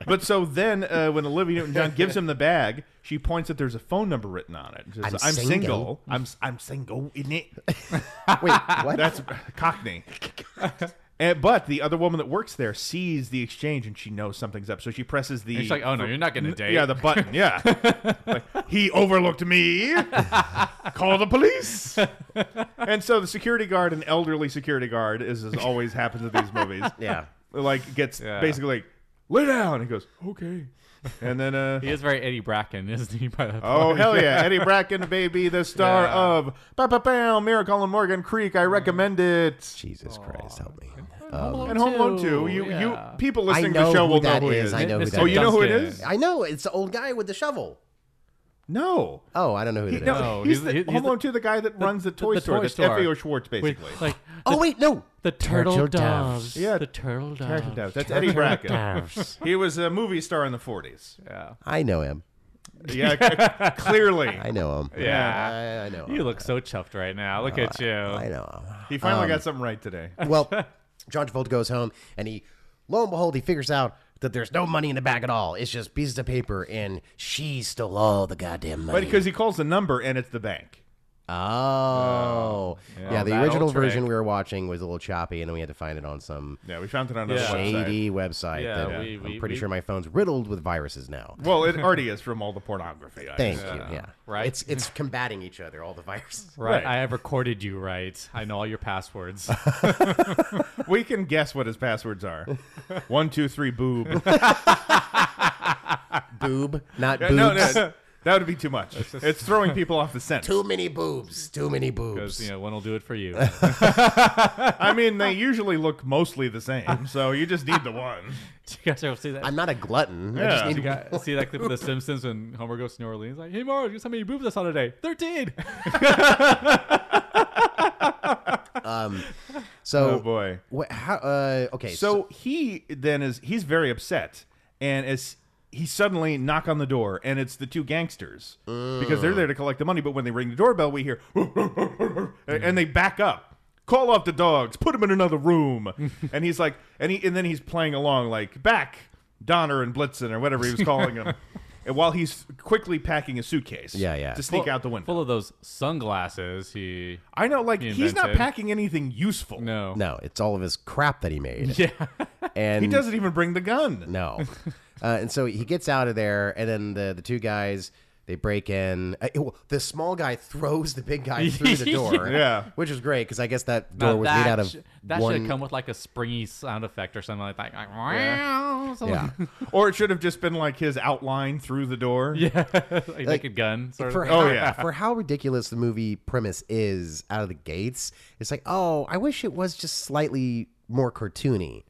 S1: But so then, uh, when Olivia Newton-John gives him the bag, she points that there's a phone number written on it. It says,
S3: I'm
S1: I'm
S3: single.
S1: single. I'm I'm single, isn't it?
S3: Wait, what?
S1: That's Cockney. And, but the other woman that works there sees the exchange and she knows something's up. So she presses the.
S4: She's like, oh no, you're not getting a date.
S1: Yeah, the button. Yeah. Like, he overlooked me. Call the police. and so the security guard, an elderly security guard, is as always happens in these movies.
S3: yeah.
S1: Like gets
S4: Yeah.
S1: basically like, lay down. He goes, okay. And then uh,
S4: he is very Eddie Bracken, isn't he? By that
S1: Oh
S4: point?
S1: hell yeah, Eddie Bracken, baby, the star
S4: Yeah.
S1: of Ba Ba Bam, Miracle on Morgan Creek. I recommend it.
S3: Jesus Christ, help me. Uh,
S1: And Home Alone Two. You you
S4: yeah.
S1: people listening to
S3: know
S1: the show
S3: who
S1: will know
S3: that
S1: who he
S3: is.
S1: is.
S3: I know who
S4: Mr.
S3: that
S1: oh, you know who it
S4: Duncan.
S1: is?
S3: I know it's the old guy with the shovel.
S1: No.
S3: Oh, I don't know who that is.
S1: No,
S4: No,
S1: he's,
S4: he's
S1: the,
S4: the- he's
S1: Home
S4: the-
S1: Alone 2, the guy that runs the toy
S4: the
S1: store,
S4: toy
S1: that's
S4: store.
S1: F.A.O. Schwartz,
S4: With,
S1: basically.
S4: like
S3: Oh wait, no.
S4: the turtle,
S3: turtle doves.
S4: doves.
S1: Yeah,
S4: the turtle doves.
S1: Character does. That's Eddie Bracken.
S3: Doves.
S1: He was a movie star in the 40s.
S4: Yeah.
S3: I know him.
S1: Yeah, c- clearly.
S3: I know him.
S1: Yeah. Oh,
S3: I, I know. Him.
S4: You look so chuffed right now. Look at you.
S3: I know him.
S1: He finally got something right today.
S3: Well, John Travolta goes home and he, lo and behold, he figures out that there's no money in the bag at all. It's just pieces of paper and she stole all the goddamn
S1: But
S3: money.
S1: because he calls the number and it's the bank.
S3: oh. Yeah, the
S4: that
S3: original
S4: old trick.
S3: version we were watching was a little choppy and then we had to find it on some
S1: Yeah, we found it on another
S4: Yeah.
S1: website.
S3: shady website.
S4: Yeah,
S3: that
S4: we-
S3: I'm
S4: we-
S3: pretty
S4: we-
S3: sure my phone's riddled with viruses now.
S1: Well, it already is from all the pornography. I
S3: Thank
S1: guess.
S3: you. Yeah.
S4: Right?
S3: It's it's combating each other, all the viruses.
S4: Right.
S1: Right.
S4: I have recorded you right. I know all your passwords.
S1: We can guess what his passwords are. One, two, three, boob.
S3: Boob, not
S1: Yeah,
S3: boobs.
S1: no, no, that would be too much. It's throwing people off the scent.
S3: Too many boobs. Too many
S4: Because,
S3: boobs.
S4: you know, one will do it for you.
S1: I mean, they usually look mostly the same, so you just need the one.
S4: Do you guys ever see that?
S3: I'm not a glutton. I just
S1: Yeah.
S3: need
S4: you guys see that clip of The Simpsons when Homer goes to New Orleans? Like, hey, Marge, guess how many boobs I saw today? 13.
S3: So,
S1: Oh, boy.
S3: What, how, uh, okay.
S1: So
S3: So,
S1: he then is he's very upset, and as he suddenly knock on the door, and it's the two gangsters because they're there to collect the money. But when they ring the doorbell, we hear and they back up. Call off the dogs. Put them in another room. and he's like, and he and then he's playing along like back Donner and Blitzen or whatever he was calling him. And while he's quickly packing a suitcase,
S3: Yeah, yeah.
S1: to sneak out the window.
S4: Full of those sunglasses. He.
S1: I know, like
S4: He
S1: he's not
S4: invented.
S1: packing anything useful.
S4: No.
S3: no, it's all of his crap that he made.
S4: Yeah.
S3: And
S1: He doesn't even bring the gun.
S3: Mm. No. uh, and so he gets out of there, and then the, the two guys. They break in. Uh, it- well, the small guy throws the big guy through the door.
S1: Yeah.
S3: which is great because I guess that
S4: Now
S3: door was
S4: that
S3: made out of
S4: sh- that
S3: one.
S4: should have come with like a springy sound effect or something like that. Like, something
S3: yeah,
S1: Or it should have just been like his outline through the door.
S4: like, like naked gun. Sort
S3: for
S4: of.
S3: how,
S1: Oh, yeah.
S3: for how ridiculous the movie premise is out of the gates, it's like, oh, I wish it was just slightly more cartoony.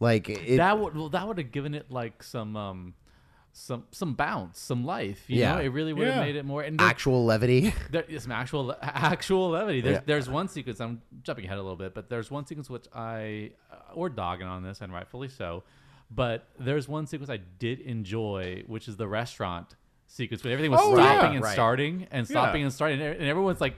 S3: Like it,
S4: that would well, that would have given it like some um some some bounce, some life. You
S3: Yeah.
S4: know, it really would have
S1: Yeah.
S4: made it more. And there,
S3: actual levity.
S4: there is some actual actual levity. There's
S3: Yeah.
S4: there's one sequence. I'm jumping ahead a little bit, but there's one sequence which I uh, we're dogging on this, and rightfully so. But there's one sequence I did enjoy, which is the restaurant sequence when everything was
S1: Oh,
S4: stopping
S1: yeah.
S4: and
S3: Right.
S4: starting and stopping and starting, and and everyone's like.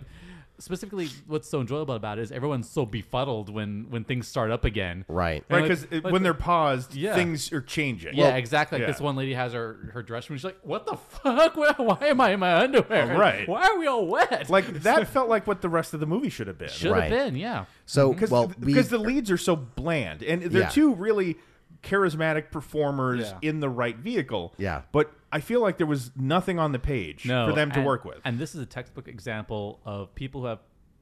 S4: Specifically, what's so enjoyable about it is everyone's so befuddled when when things start up again.
S3: Right.
S1: Right,
S4: And
S1: because
S4: like- like
S1: when
S4: the-
S1: they're paused,
S4: Yeah.
S1: things are changing.
S4: yeah, exactly. Like
S1: yeah.
S4: this one lady has her her dress room. She's like, "What the fuck? Why, why am I in my underwear?
S1: Oh, right.
S4: Why are we all wet?
S1: Like that felt like what the rest of the movie should have been.
S4: should have
S3: Right.
S4: been. Yeah,
S3: So
S1: Because
S3: well, we,
S1: the leads are so bland, and they're
S3: Yeah.
S1: two really charismatic performers
S4: Yeah.
S1: in the right vehicle.
S3: Yeah.
S1: but I feel like there was nothing on the page
S4: no,
S1: for them to
S4: and-
S1: work with.
S4: And this is a textbook example of people who have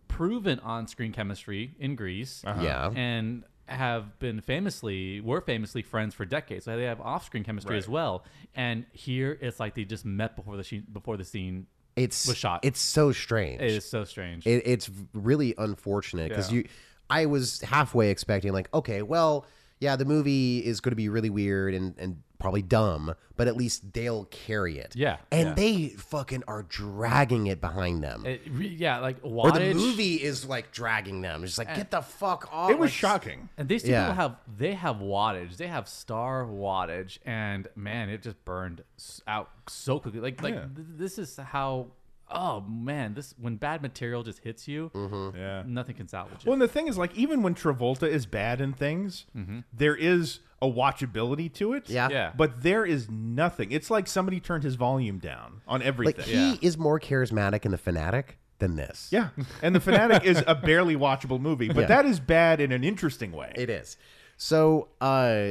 S4: proven on screen chemistry in Greece.
S1: Uh-huh.
S3: Yeah.
S4: and have been famously were famously friends for decades. So they have off screen chemistry as well. And here it's like they just met before the scene, before the scene.
S3: it's
S4: was shot.
S3: It's so strange.
S4: It is so strange.
S3: It, it's really unfortunate because you, I was halfway expecting like, okay, well, yeah, the movie is going to be really weird and, and probably dumb, but at least they'll carry it.
S4: Yeah,
S3: And
S4: yeah.
S3: they fucking are dragging it behind them.
S4: It re- yeah, like
S3: or
S4: wattage.
S3: the movie is like dragging them. It's just like, get the fuck off.
S1: Eh, It was
S3: like,
S1: shocking.
S4: And these two
S3: Yeah.
S4: people have they have wattage. They have star wattage, and man, it just burned s- out so quickly. Like like
S1: Yeah.
S4: th- this is how. Oh man, this when bad material just hits you,
S3: Mm-hmm.
S1: Yeah.
S4: nothing can salvage it.
S1: Well, and the thing is, like, even when Travolta is bad in things, there is a watchability to it.
S3: Yeah.
S4: Mm-hmm. Yeah.
S1: But there is nothing. It's like somebody turned his volume down on everything.
S3: Like, he is more charismatic in The Fanatic than this.
S1: yeah. And The Fanatic is a barely watchable movie, but
S3: Yeah.
S1: that is bad in an interesting way.
S3: It is. So uh,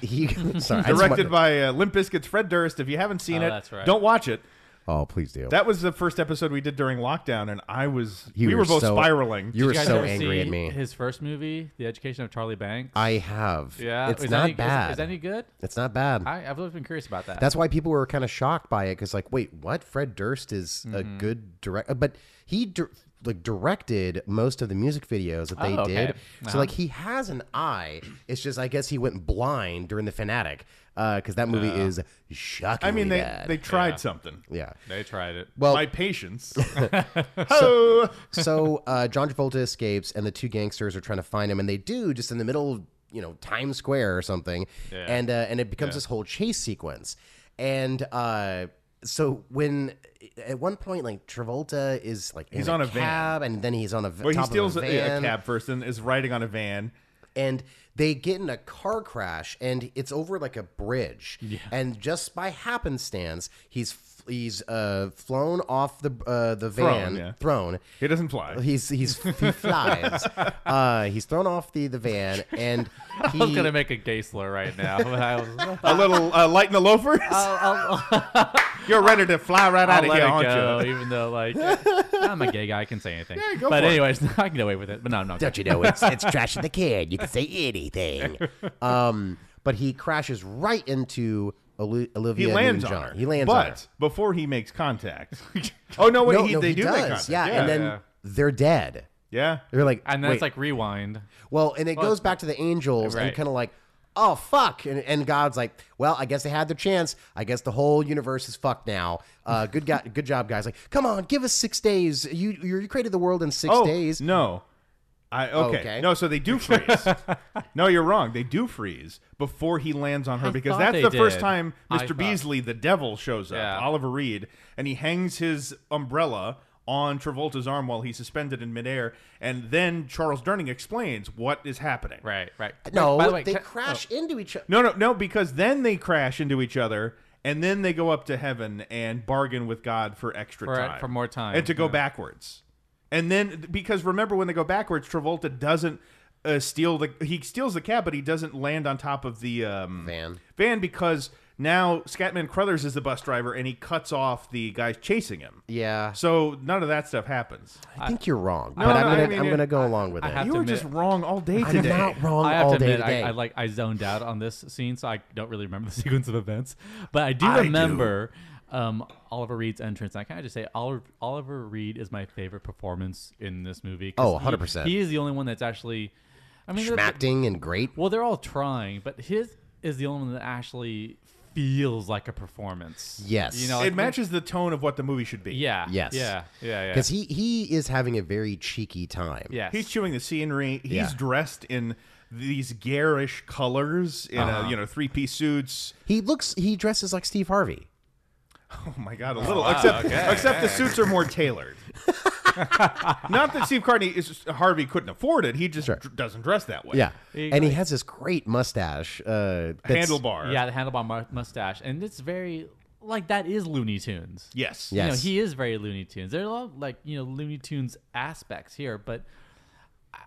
S3: he he sorry, I just
S1: Directed
S3: wanted-
S1: by uh, Limp Bizkit's Fred Durst. If you haven't seen
S4: Oh,
S1: it,
S4: that's right.
S1: don't watch it.
S3: Oh, please do.
S1: That was the first episode we did during lockdown, and I was
S3: You
S1: we were, both
S3: so-
S1: spiraling.
S3: You were
S4: You guys
S3: so
S4: ever
S3: angry
S4: see
S3: at me.
S4: His first movie, The Education of Charlie Banks.
S3: I have.
S4: yeah,
S3: it's
S4: is that
S3: not
S4: any, is-
S3: bad.
S4: Is, that any good?
S3: it's not bad.
S4: I, I've always been curious about that.
S3: That's why people were kind of shocked by it because, like, wait, what? Fred Durst is a
S4: Mm-hmm.
S3: good director, but he dir- like directed most of the music videos that they
S4: Oh, okay.
S3: did. So
S4: Uh-huh.
S3: like, he has an eye. It's just, I guess, he went blind during the Fanatic because that movie is shocking.
S1: I mean, they,
S3: bad.
S1: they tried something.
S3: yeah.
S4: they tried it.
S3: Well,
S1: My patience. Ho!
S3: so uh, John Travolta escapes, and the two gangsters are trying to find him, and they do just in the middle of you know Times Square or something, and uh, and it becomes this whole chase sequence, and uh, so when at one point like Travolta is like in
S1: He's on a van.
S3: cab, and then he's on a v-
S1: Well, he
S3: top
S1: steals a,
S3: of a,
S1: a
S3: van,
S1: cab first and is riding on a van.
S3: and they get in a car crash and it's over like a bridge and just by happenstance he's he's uh flown off the uh the van
S1: yeah.
S3: thrown
S1: He doesn't fly.
S3: he's he's he flies uh he's thrown off the the van and he
S4: I was gonna make a gay slur right now. but I was,
S1: a
S4: I'll,
S1: little uh, light in the loafers. You're ready to fly right out of
S4: let
S1: here,
S4: it
S1: aren't
S4: go,
S1: you?
S4: even though like I'm a gay guy, I can say anything. Yeah,
S1: go
S4: but
S1: for it.
S4: anyways, I can get away with it. But no, I'm not.
S3: don't you know it's it's trash in the can you can say anything um but he crashes right into Olu-
S1: He
S3: Olivia
S1: lands on
S3: Newton-John.
S1: her.
S3: he lands
S1: but
S3: on her.
S1: before he makes contact. oh no! Wait,
S3: no,
S1: he,
S3: no,
S1: they
S3: he
S1: do make
S3: does.
S1: contact.
S3: Yeah, and then
S4: yeah.
S3: they're dead.
S1: yeah.
S3: They're like,
S4: And then
S3: wait,
S4: it's like rewind.
S3: well, and it goes back to the angels and
S4: Right.
S3: kind of like, oh fuck, and, and God's like, well, I guess they had their chance. I guess the whole universe is fucked now. Uh, good guy, good job, guys. Like, come on, give us six days. You you created the world in six
S1: Oh
S3: days. Oh,
S1: no. I okay.
S3: Okay.
S1: No, so they do freeze. no, you're wrong. They do freeze before he lands on her
S4: I
S1: because
S4: thought
S1: that's
S4: they
S1: the first
S4: did.
S1: time
S4: I
S1: Mr.
S4: thought-
S1: Beasley, the devil, shows up.
S4: Yeah.
S1: Oliver Reed, and he hangs his umbrella on Travolta's arm while he's suspended in midair, and then Charles Durning explains what is happening.
S4: Right, right.
S3: Uh, No,
S4: By the way,
S3: they
S4: can- oh.
S3: crash into each other.
S1: No, no, no, because then they crash into each other, and then they go up to heaven and bargain with God for extra
S4: For- e-,
S1: time,
S4: for more time,
S1: and to go
S4: yeah.
S1: backwards. And then because remember when they go backwards, Travolta doesn't uh, steal the he steals the cab, but he doesn't land on top of the um,
S3: Van.
S1: van because now Scatman Crothers is the bus driver, and he cuts off the guys chasing him.
S3: Yeah,
S1: So none of that stuff happens.
S3: I think you're wrong, but I'm
S1: no, I
S3: gonna I
S1: mean,
S3: am
S1: it-
S3: gonna go along with
S4: I
S3: it.
S4: have
S1: You
S4: to
S1: were
S4: admit-
S1: just wrong all day
S3: I'm
S1: today.
S3: not wrong
S4: I have
S3: all
S4: to
S3: day
S4: admit,
S3: today.
S4: I, I like I zoned out on this scene, so I don't really remember the sequence of events. But I do
S1: I do.
S4: remember Um, Oliver Reed's entrance. And I kind of just say Oliver, Oliver Reed is my favorite performance in this movie. 'cause
S3: Oh,
S4: he-
S3: 100%.
S4: He, is the only one that's actually. I mean, they're-
S3: Schmacting and great.
S4: well, they're all trying, but his is the only one that actually feels like a performance.
S3: Yes.
S4: you know, like-
S1: It matches the tone of what the movie should be.
S4: Yeah.
S3: Yes.
S4: Yeah. Yeah. Yeah.
S3: Because he he is having a very cheeky time.
S4: Yes.
S1: He's chewing the scenery. He's
S3: Yeah.
S1: dressed in these garish colors in a you know three piece suits.
S3: He looks he dresses like Steve Harvey.
S1: Oh my god, a little. except except the suits are more tailored. Not that Steve Carney is Harvey couldn't afford it. He just dr- doesn't dress that way.
S3: Yeah,
S4: He-
S3: and he has this great mustache. Uh, that's-
S1: handlebar.
S4: Yeah, the handlebar mu- mustache, and it's very like that is Looney Tunes.
S1: Yes.
S3: Yeah.
S4: You know,
S3: Yes.
S4: he is very Looney Tunes. There are a lot of, like you know Looney Tunes aspects here, but. I-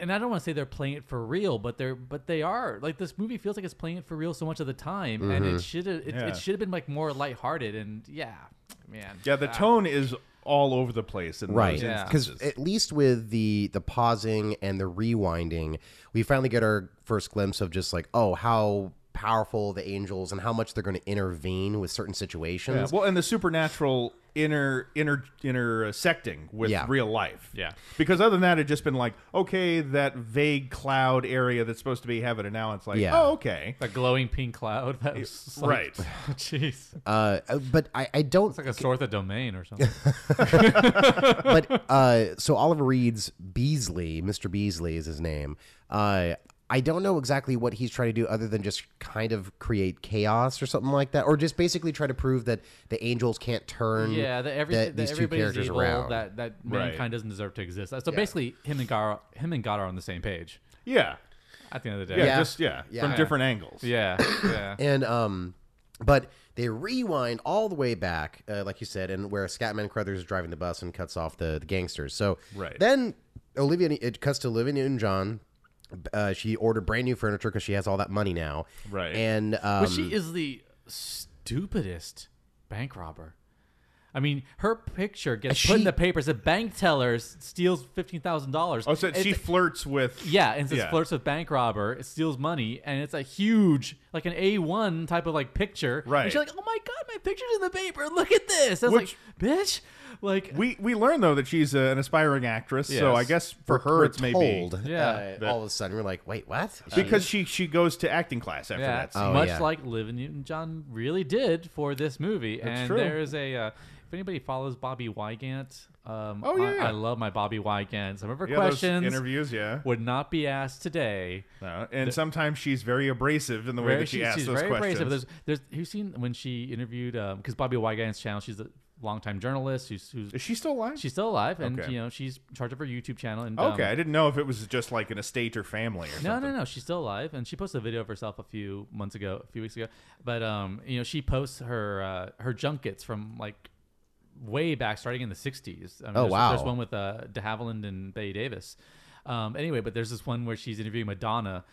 S4: And I don't want to say they're playing it for real, but they're but they are like this movie feels like it's playing it for real so much of the time, and
S3: Mm-hmm.
S4: it should have it,
S1: Yeah.
S4: it should have been like more lighthearted and yeah, man,
S1: Yeah. The tone is all over the place. In
S3: right?
S1: those
S4: Yeah.
S3: Because
S1: instances.
S3: at least with the the pausing and the rewinding, we finally get our first glimpse of just like, oh, how powerful the angels and how much they're going to intervene with certain situations.
S1: Well, and the supernatural inner inner intersecting with
S3: Yeah.
S1: real life.
S4: Yeah.
S1: Because other than that, it'd just been like, okay, that vague cloud area that's supposed to be heaven, and now it's like,
S3: Yeah.
S1: oh, okay.
S4: A glowing pink cloud. That was just like, oh,
S1: right.
S4: Jeez.
S3: Uh, but I, I don't
S4: It's like a Sortha domain or something.
S3: but uh, so Oliver Reed's Beasley, Mr. Beasley is his name. Uh, I don't know exactly what he's trying to do other than just kind of create chaos or something like that, or just basically try to prove that the angels can't turn
S4: Yeah, that every
S3: that
S4: that
S3: these two
S4: everybody's
S3: characters
S4: evil,
S3: around.
S4: That that
S1: Right.
S4: mankind doesn't deserve to exist. So basically, him and God, him and God are on the same page
S1: Yeah.
S4: at the end of the
S1: Yeah.
S4: day.
S3: Yeah.
S1: Just yeah.
S3: Yeah.
S1: From
S3: Yeah.
S1: different angles.
S4: yeah, yeah.
S3: And um, but they rewind all the way back, uh, like you said, and where Scatman Crothers is driving the bus and cuts off the, the gangsters. So
S1: Right.
S3: then Olivia, it cuts to Olivia Newton John. Uh, she ordered brand new furniture because she has all that money now.
S1: Right.
S3: And um,
S4: But she is the stupidest bank robber. I mean, her picture gets put
S3: She-
S4: in the papers. A bank teller s- steals fifteen thousand dollars.
S1: Oh, so she flirts with
S4: yeah, and says
S1: Yeah.
S4: flirts with bank robber, it steals money, and it's a huge, like an A one type of like picture.
S1: Right.
S4: And she's like, "Oh my god, my picture's in the paper. Look at this." I was
S1: Which-
S4: like, "Bitch!" Like,
S1: We we learn though that she's uh, an aspiring actress, so
S4: Yes.
S1: I guess for her
S3: we're
S1: it's maybe
S3: told,
S4: Yeah.
S3: uh, all of a sudden we're like, wait, what?
S1: because she she goes to acting class after
S4: Yeah,
S1: that. Scene.
S3: Oh,
S4: much
S3: yeah.
S4: like Liv Newton John really did for this movie. and
S1: true.
S4: there is a, uh, if anybody follows Bobby Wygant, um,
S1: Oh,
S4: I-
S1: yeah.
S4: I, love my Bobby Wygant. Some of her
S1: yeah, those
S4: questions
S1: interviews, yeah.
S4: would not be asked today.
S1: Uh, and sometimes she's very abrasive in the way
S4: Very-
S1: that she,
S4: she-
S1: asks
S4: she's
S1: those
S4: very
S1: questions.
S4: abrasive. There's, there's, have you seen when she interviewed, because Bobby Wygant's channel, she's a longtime journalist who's, who's
S1: Is she still alive?
S4: she's still alive, and
S1: Okay.
S4: you know she's in charge of her YouTube channel. And um,
S1: okay. I didn't know if it was just like an estate or family or something.
S4: No, no, no. She's still alive, and she posted a video of herself a few months ago, a few weeks ago. But um, you know, she posts her uh, her junkets from like way back, starting in the '60s. I mean,
S3: Oh,
S4: there's,
S3: wow.
S4: There's one with uh, De Havilland and Betty Davis. Um, anyway, but there's this one where she's interviewing Madonna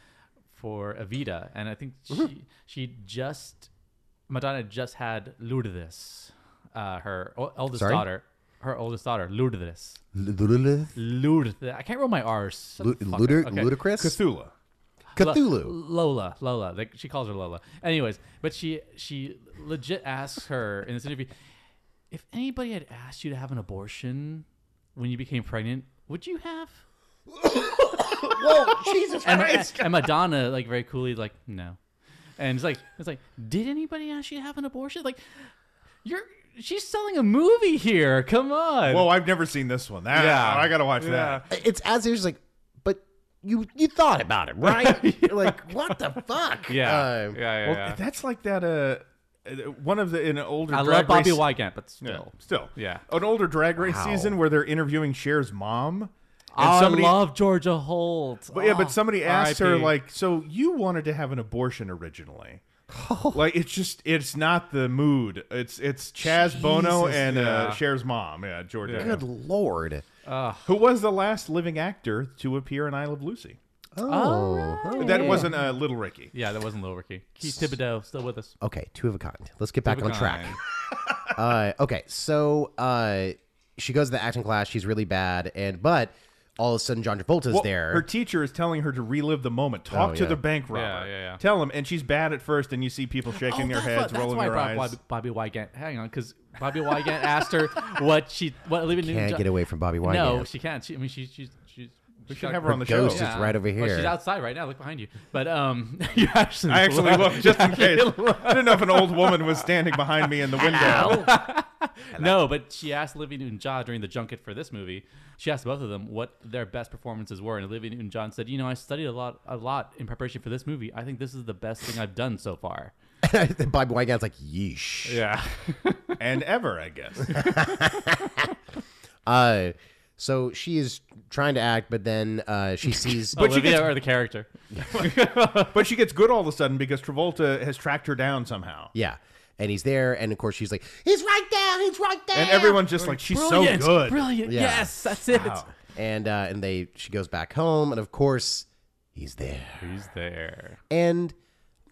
S4: for Evita, and I think she she just Madonna just had Lourdes, uh, her o- eldest
S3: Sorry?
S4: daughter. Her oldest daughter, Lourdes.
S3: Ludicrous?
S4: Lourdes. I can't roll my R's. Shut the fuck up. Okay.
S3: Ludicrous?
S1: Cthulhu.
S3: Cthulhu.
S4: Lola, Lola. Like she calls her Lola. Anyways, but she she legit asks her in this interview, if anybody had asked you to have an abortion when you became pregnant, would you have?
S3: Whoa, Jesus
S4: And, and Madonna like very coolly like no, and it's like it's like did anybody ask you to have an abortion? Like you're she's selling a movie here. Come on.
S1: Whoa, I've never seen this one. That,
S4: Yeah.
S1: I gotta watch that.
S3: It's as if it's like, but you you thought about it, right? You're like, what the fuck?
S4: yeah.
S3: Uh,
S4: yeah. Yeah.
S1: Well,
S4: yeah.
S1: that's like that. Uh, uh, one of the in an older.
S4: I love
S1: drag
S4: Bobby
S1: race,
S4: Wygant, but still.
S1: Yeah, still,
S4: Yeah.
S1: An older drag race
S3: Wow.
S1: season where they're interviewing Cher's mom. And
S4: I love Georgia Holt.
S1: But yeah,
S4: Oh,
S1: but somebody asked her
S4: RIP.
S1: like, "So you wanted to have an abortion originally?" like it's just it's not the mood. It's it's Chaz Bono and uh,
S4: yeah.
S1: Cher's mom, yeah, Jordan,
S3: Good lord.
S1: who was the last living actor to appear in I Love Lucy.
S3: Oh.
S1: That wasn't uh, Little Ricky.
S4: Yeah, that wasn't Little Ricky. Keith Thibodeau still with us.
S3: Okay, two of a kind. Let's get back
S4: of a
S3: on track.
S4: kind.
S3: uh, okay, so uh, she goes to the acting class. She's really bad, and but all of a sudden John Travolta's
S1: Well,
S3: there.
S1: Her teacher is telling her to relive the moment. Talk
S3: Oh,
S1: to
S3: yeah.
S1: the bank robber.
S4: yeah, yeah.
S1: Tell him, and she's bad at first, and you see people
S4: Oh,
S1: shaking their heads, rolling
S4: why
S1: their
S4: Bob-
S1: eyes.
S4: Bobby, Bobby Wygant. Hang on, because Bobby Wygant asked her what she what Olivia
S3: Can't
S4: Newton-John-
S3: get away from Bobby Wygant.
S4: No, she can't. She, I mean, she's she's she's.
S1: We should have her on the show.
S3: ghost is right over
S4: Well,
S3: here.
S4: she's outside right now. Look behind you. But um, you actually.
S1: I actually looked just in case. I didn't know if an old woman was standing behind me in the window.
S4: No, but she asked Olivia Newton-John during the junket for this movie. She asked both of them what their best performances were, and Olivia Newton-John said, "You know, I studied a lot, a lot in preparation for this movie. I think this is the best thing I've done so far."
S3: Bobby Wygant's like, yeesh.
S4: Yeah.
S1: and ever, I guess.
S3: Uh, so she is trying to act, but then uh, she sees.
S1: But she
S4: Olivia
S1: gets-
S4: or the character.
S1: But she gets good all of a sudden because Travolta has tracked her down somehow.
S3: yeah, and he's there, and of course she's like, "He's right there! He's right there!"
S1: And everyone's just like, she's
S4: brilliant,
S1: so good.
S4: Brilliant.
S3: Yeah.
S4: Yes, that's it.
S3: and uh, and they she goes back home, and of course he's there.
S4: He's there.
S3: And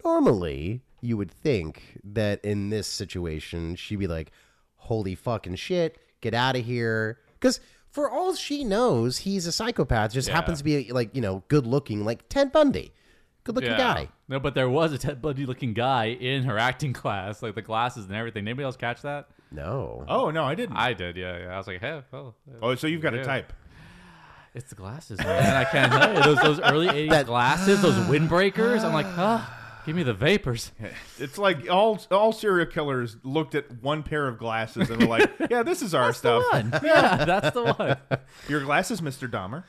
S3: normally you would think that in this situation she'd be like, "Holy fucking shit, get out of here!" Because for all she knows, he's a psychopath. Just happens to be like you know good looking, like Ted Bundy. Good looking guy.
S4: No, but there was a Ted Bundy looking guy in her acting class, like the glasses and everything. Anybody else catch that?
S3: No.
S1: Oh no, I didn't.
S4: I did, yeah. yeah. I was like, hey, well, uh,
S1: oh, so you've got a
S4: Yeah.
S1: type.
S4: it's the glasses, man. I can't tell you. Those, those early 80s glasses, those windbreakers. I'm like, huh? Give me the vapors.
S1: It's like all all serial killers looked at one pair of glasses and were like, "Yeah, this is our stuff."
S4: yeah, that's the one.
S1: Your glasses, Mister Dahmer.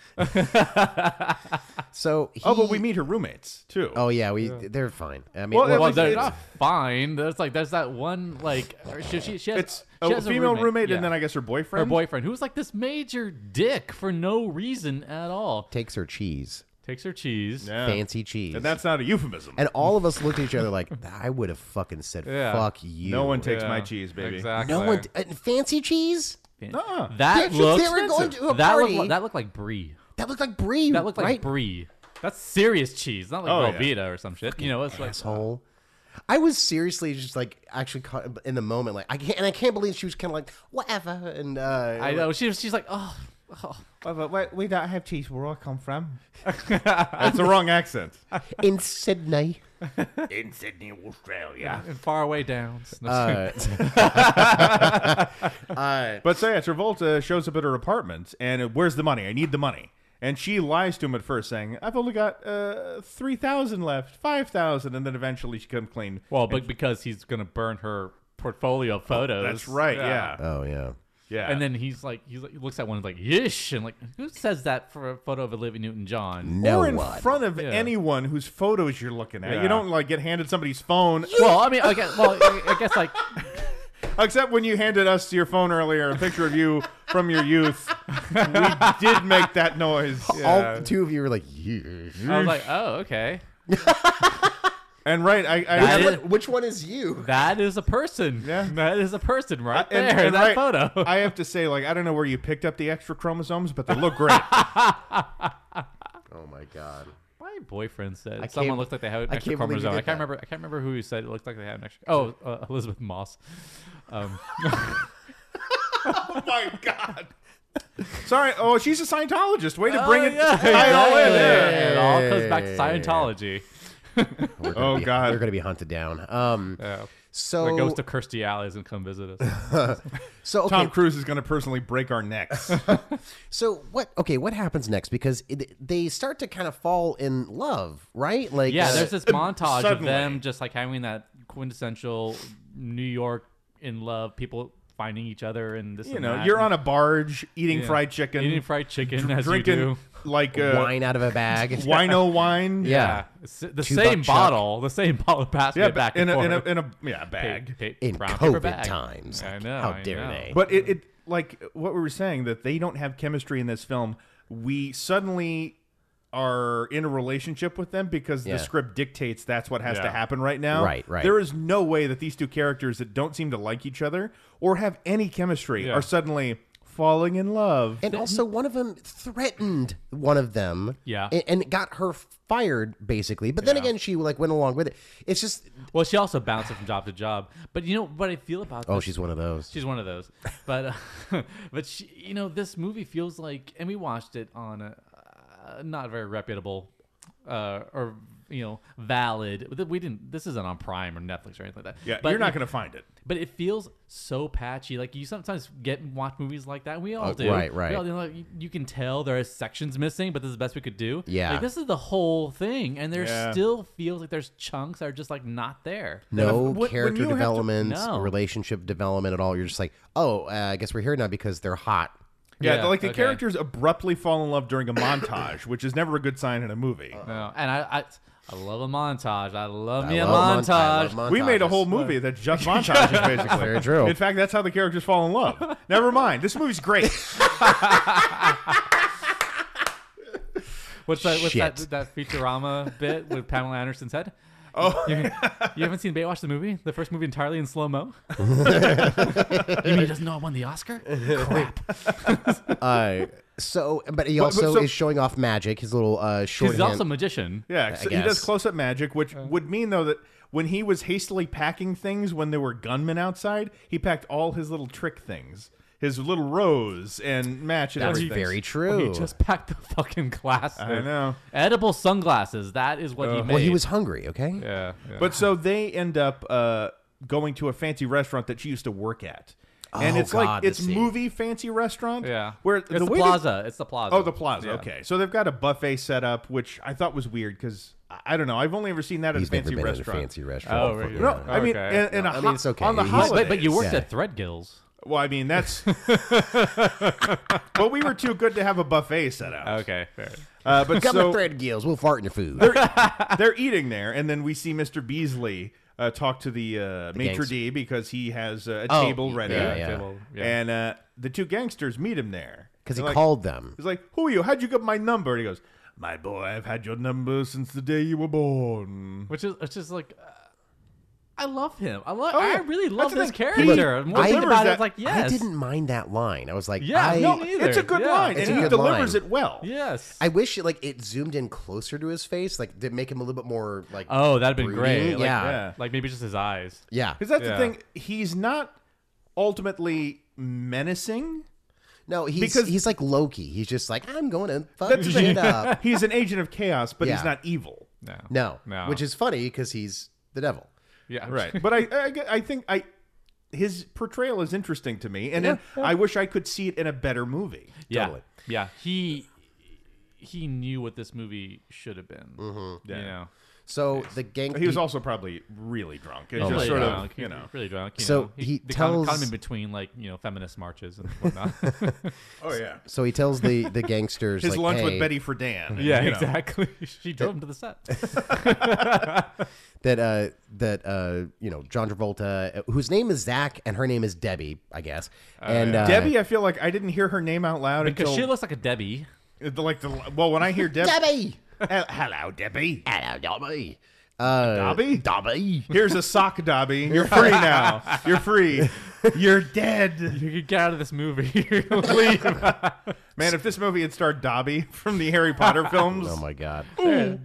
S3: So he,
S1: Oh, but we meet her roommates too.
S3: Oh yeah, we they're fine. I mean,
S1: Well,
S3: well,
S1: at
S4: Well,
S1: least
S4: they're
S1: it's-
S4: not fine. There's like, there's that one like she she, she has,
S1: it's
S4: she
S1: a
S4: has
S1: female roommate,
S4: yeah.
S1: and then I guess her boyfriend.
S4: her boyfriend, who was like this major dick for no reason at all,
S3: takes her cheese,
S4: takes her cheese.
S1: Yeah.
S3: fancy cheese,
S1: and that's not a euphemism.
S3: And all of us looked at each other like, I would have fucking said,
S4: Yeah.
S3: "Fuck you."
S1: no one takes
S4: Yeah,
S1: my cheese, baby.
S4: Exactly.
S3: No one. uh, fancy cheese.
S1: Uh-uh.
S4: That
S3: Bitches,
S4: looked
S3: they were going to a
S4: that looked
S3: party.
S4: like, that looked like brie.
S3: That looked like brie.
S4: That looked like
S3: right?
S4: brie. That's serious cheese, not like
S1: Oh, yeah.
S4: Velveeta or some shit. You know, it's like
S3: asshole. I was seriously just like actually caught in the moment, like I can't, and I can't believe she was kind of like whatever, and uh,
S4: I know she was, she's like, oh, oh.
S1: we don't have cheese where I come from. That's the wrong accent.
S3: in Sydney.
S1: In Sydney, Australia.
S4: and far away downs. No,
S3: Uh,
S1: But so yeah, Travolta shows up at her apartment and uh, where's the money? I need the money. And she lies to him at first, saying, "I've only got uh, three thousand left, five thousand, and then eventually she comes clean.
S4: well, but because he's gonna burn her portfolio of photos.
S1: Oh, That's right, yeah, yeah.
S3: oh yeah,
S4: Uh, And then he's like, he's like, he looks at one and is like, yish, and like, who says that for a photo of Olivia Newton-John?
S3: no
S1: or in
S3: one.
S1: front of
S4: Yeah.
S1: anyone whose photos you're looking at, you
S4: Yeah.
S1: don't like get handed somebody's phone,
S4: Well, I mean, I guess, well, I I guess like,
S1: except when you handed us your phone earlier, a picture of you from your youth. we did make that noise.
S3: All two of you were like, yeah.
S4: I was like, oh, okay,
S1: And right, I, I
S4: That is-
S3: which one is you?
S4: that is a person.
S1: Yeah.
S4: that is a person right
S1: and-
S4: there. in
S1: and
S4: that
S1: right-
S4: photo.
S1: I have to say, like, I don't know where you picked up the extra chromosomes, but they look great.
S3: Oh my god.
S4: My boyfriend said
S3: can't-
S4: someone looked like they had an
S3: I
S4: extra
S3: can't believe you
S4: chromosome. I
S3: did
S4: can't
S3: that.
S4: remember. I can't remember who he said it looked like they had an extra. Oh, uh, Elizabeth Moss. Um,
S1: oh my god. Sorry. Oh, she's a Scientologist. Way to bring
S4: Oh,
S1: it
S4: yeah,
S1: tie it all in.
S4: yeah,
S1: Yeah.
S4: It all comes back to Scientology.
S3: We're gonna
S1: Oh,
S3: be,
S1: God.
S3: we're gonna be hunted down. Um,
S4: Yeah.
S3: so
S4: The ghost of Kirstie Alley is gonna come visit us.
S3: so okay,
S1: Tom Cruise is going to personally break our necks.
S3: so what? Okay, what happens next? Because it, they start to kind of fall in love, right? Like
S4: Yeah,
S3: uh,
S4: there's this montage
S1: suddenly.
S4: of them just like having that quintessential New York in love, people finding each other and this.
S1: you know, you're on a barge eating fried chicken,
S4: eating fried chicken as
S1: drinking
S4: you do.
S1: like uh,
S3: wine out of a bag.
S1: wino wine.
S3: Yeah.
S4: It's the
S3: Two buck
S4: same
S3: chuck.
S4: bottle, the same bottle passed
S1: Yeah,
S4: me back
S1: but in
S4: and
S1: a,
S4: forth.
S1: in a in a yeah bag.
S4: Pa- pa-
S3: in
S4: brown paper
S3: COVID
S4: bag.
S3: times.
S4: I
S3: Like,
S4: know,
S3: How
S4: I
S3: dare
S4: know.
S3: they?
S1: But it, it like what we were saying that they don't have chemistry in this film. We suddenly are in a relationship with them because
S3: Yeah.
S1: the script dictates that's what has to
S4: Yeah.
S1: happen right now.
S3: Right, right.
S1: There is no way that these two characters that don't seem to like each other or have any chemistry
S4: Yeah.
S1: are suddenly falling in love.
S3: and also, one of them threatened one of them,
S4: Yeah.
S3: and, and got her fired basically. But then again, she like went along with it. It's just
S4: Well, she also bounces from job to job. But you know what I feel about
S3: oh,
S4: this?
S3: she's one of those.
S4: She's one of those. But uh, but she, you know, this movie feels like, and we watched it on a uh, not very reputable uh, or you know valid. We didn't. This isn't on Prime or Netflix or anything like that.
S1: yeah,
S4: but
S1: you're not going to find it.
S4: But it feels so patchy. Like you sometimes get and watch movies like that. and We all
S3: Oh,
S4: do.
S3: right, right.
S4: We all do. Like, you- you can tell there are sections missing, but this is the best we could do.
S3: Yeah.
S4: Like, this is the whole thing, and there
S1: Yeah.
S4: still feels like there's chunks that are just like not there.
S3: no
S1: when- when you
S3: character
S1: have to-
S3: development,
S4: No.
S3: relationship development at all. You're just like, oh, uh, I guess we're here now because they're hot.
S1: Yeah,
S4: Yeah,
S1: like the
S4: okay.
S1: characters abruptly fall in love during a montage, which is never a good sign in a movie.
S4: No, and I, I, I love a montage. I love me
S3: I
S4: a
S3: love
S4: montage.
S3: mon- I love
S1: We made a
S3: montages.
S1: whole movie that's just montages, basically.
S3: Very true.
S1: In fact, that's how the characters fall in love. Never mind. This movie's great.
S4: What's that? What's that,
S3: Shit.
S4: that Futurama bit with Pamela Anderson's head? Oh, you, you haven't seen Baywatch the movie? The first movie entirely in slow mo. you mean he doesn't know I won the Oscar?
S3: Uh, so, but he also
S1: so-
S3: is showing off magic. His little uh, short.
S4: He's also a magician.
S1: Yeah, so he
S3: guess.
S1: does close up magic, which would mean though that when he was hastily packing things when there were gunmen outside, he packed all his little trick things. his little rose and match and
S3: That's
S1: everything.
S3: very
S4: Well,
S3: true.
S4: He just packed the fucking glasses.
S1: I know.
S4: Edible sunglasses. That is what he made.
S3: well, he was hungry. Okay.
S4: Yeah. yeah.
S1: But so they end up uh, going to a fancy restaurant that she used to work at. And
S3: Oh,
S1: it's
S3: God,
S1: like it's
S3: this scene.
S1: movie fancy restaurant.
S4: yeah.
S1: Where
S4: it's
S1: the,
S4: the,
S1: way they-
S4: plaza. It's the plaza.
S1: Oh, the plaza.
S4: Yeah.
S1: Okay, so they've got a buffet set up, which I thought was weird because I don't know. I've only ever seen that at
S3: He's
S1: a fancy
S3: never been
S1: restaurant.
S3: at a fancy restaurant.
S4: Oh,
S3: for-
S4: right.
S3: yeah.
S1: No, I mean,
S4: Okay.
S1: and, and a
S3: I mean,
S1: ho-
S3: it's okay.
S1: on the
S3: He's-
S1: holidays.
S4: But, but you worked
S3: Yeah.
S4: at Threadgills.
S1: Well, I mean, that's. but we were too good to have a buffet set up.
S4: Okay. Fair.
S1: Uh, but
S3: Come
S1: so
S3: with thread gills. We'll fart in your food.
S1: they're eating there, and then we see Mr. Beasley uh, talk to the, uh, maitre
S3: gangs.
S1: d' because he has uh, a
S3: Oh,
S1: table ready.
S3: yeah, yeah.
S4: Table, yeah.
S1: And uh, the two gangsters meet him there
S3: Because he
S1: They're like-
S3: called them.
S1: He's like, "Who are you? How'd you get my number?" And he goes, "My boy, I've had your number since the day you were born."
S4: Which is which is like. Uh, I love him. I love.
S1: Oh,
S4: I
S1: yeah.
S4: really
S1: That's
S4: love
S1: the
S4: this
S1: thing.
S4: character.
S1: He
S4: The more I think
S1: delivers
S4: about it,
S1: that-
S4: it's like yes.
S3: I didn't mind that line. I was like,
S4: Yeah,
S3: I,
S4: no, Me
S1: It's
S4: either.
S1: a good
S4: Yeah.
S1: line,
S3: It's
S1: and he
S3: a good
S1: delivers
S3: line.
S1: it well.
S4: Yes.
S3: I wish it like it zoomed in closer to his face, like to make him a little bit more like.
S4: oh, that'd been
S3: Brooding,
S4: great. Like,
S3: yeah.
S1: Yeah.
S4: Like maybe just his eyes.
S3: yeah.
S1: Because that's
S4: Yeah.
S1: the thing; he's not ultimately menacing.
S3: No, he's
S1: Because-
S3: he's like Loki. He's just like I'm going to fuck
S1: That's the thing.
S3: shit up.
S1: He's an agent of chaos, but
S3: Yeah.
S1: he's not evil.
S4: No.
S3: No,
S4: No.
S3: which is funny because he's the devil.
S4: yeah.
S1: But I, I, get- I think I, his portrayal is interesting to me, and then I wish I could see it in a better movie.
S4: Yeah.
S3: Totally.
S4: Yeah. He he knew what this movie should have been. Mm-hmm.
S1: Yeah.
S4: You know.
S3: So the gang.
S1: He was
S3: he-
S1: also probably really drunk. It's
S4: really
S1: just sort
S4: drunk,
S1: of,
S4: he-
S1: you know.
S4: really drunk. you
S3: So
S4: know.
S3: he
S4: they caught- caught
S3: tells-
S4: him in between like you know feminist marches and whatnot.
S1: Oh yeah.
S3: so he tells the the gangsters
S1: His
S3: like,
S1: lunch
S3: "Hey,"
S1: with Betty for Dan.
S4: yeah,
S1: you know.
S4: exactly. she drove him to the set.
S3: that uh that uh you know John Travolta, uh, whose name is Zach and her name is Debbie, I guess. and uh,
S1: Oh, Debbie, I feel like I didn't hear her name out loud
S4: Because she
S1: until
S4: looks like a Debbie.
S1: the, like the well when I hear Deb-
S3: Debbie.
S1: Hel- hello Debbie,
S3: Hello, Debbie. Uh,
S1: Dobby,
S3: Debbie.
S1: here's a sock, Dobby. You're free now. You're free. You're dead,
S4: You could get out of this movie. Leave.
S1: man. If this movie had starred Dobby from the Harry Potter films,
S3: Oh my God.
S4: Is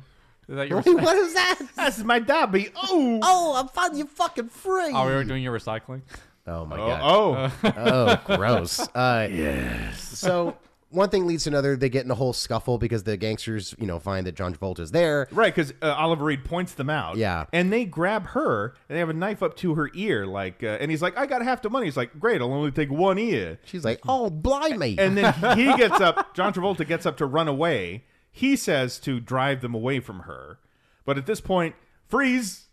S4: that your?
S3: Wait, what is that?
S1: that's my Dobby. Oh,
S3: Oh, I'm finally fucking free.
S4: Are Oh, we doing your recycling?
S3: Oh my
S1: oh,
S3: god. Oh, gross. Uh, yes. So one thing leads to another. They get in a whole scuffle because the gangsters, you know, find that John Travolta's there.
S1: right. Because uh, Oliver Reed points them out.
S3: Yeah.
S1: and they grab her and they have a knife up to her ear, like, uh, and he's like, "I got half the money." He's like, "Great, I'll only take one ear."
S3: She's like, "Oh, blimey!"
S1: And then he gets up, John Travolta gets up to run away. He says to drive them away from her. But at this point, freeze,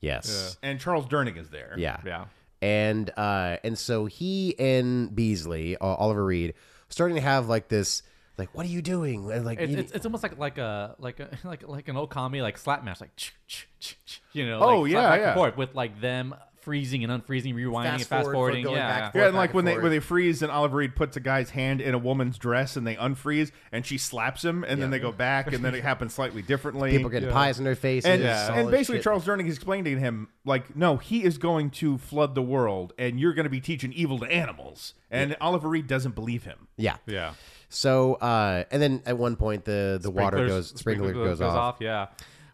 S3: yes.
S1: and Charles Durning is there.
S3: Yeah.
S4: Yeah.
S3: And uh, and so he and Beasley, uh, Oliver Reed, starting to have like this, like, "What are you doing?" And, like,
S4: It's,
S3: you-
S4: it's, it's almost like like a like a like like an old comedy like slap match like ch- ch- ch- ch, you know
S1: Oh,
S4: like,
S1: yeah,
S4: back
S1: yeah.
S4: and forth with like them freezing and unfreezing rewinding and fast forwarding
S3: going
S4: yeah
S3: back
S4: yeah.
S3: and
S1: Yeah, and
S3: Back
S1: like when they
S3: forth.
S1: when they freeze and Oliver Reed puts a guy's hand in a woman's dress and they unfreeze and she slaps him and then they go back and then it happens slightly differently.
S3: people getting pies in their faces.
S1: and,
S3: all
S1: and
S3: this
S1: basically
S3: shit.
S1: Charles Durning is explaining to him like, no, he is going to flood the world and you're going to be teaching evil to animals. And Oliver Reed doesn't believe him.
S3: yeah.
S4: yeah
S3: So uh, and then at one point the the water
S4: Sprinklers-
S3: goes sprinkler goes, off.
S4: yeah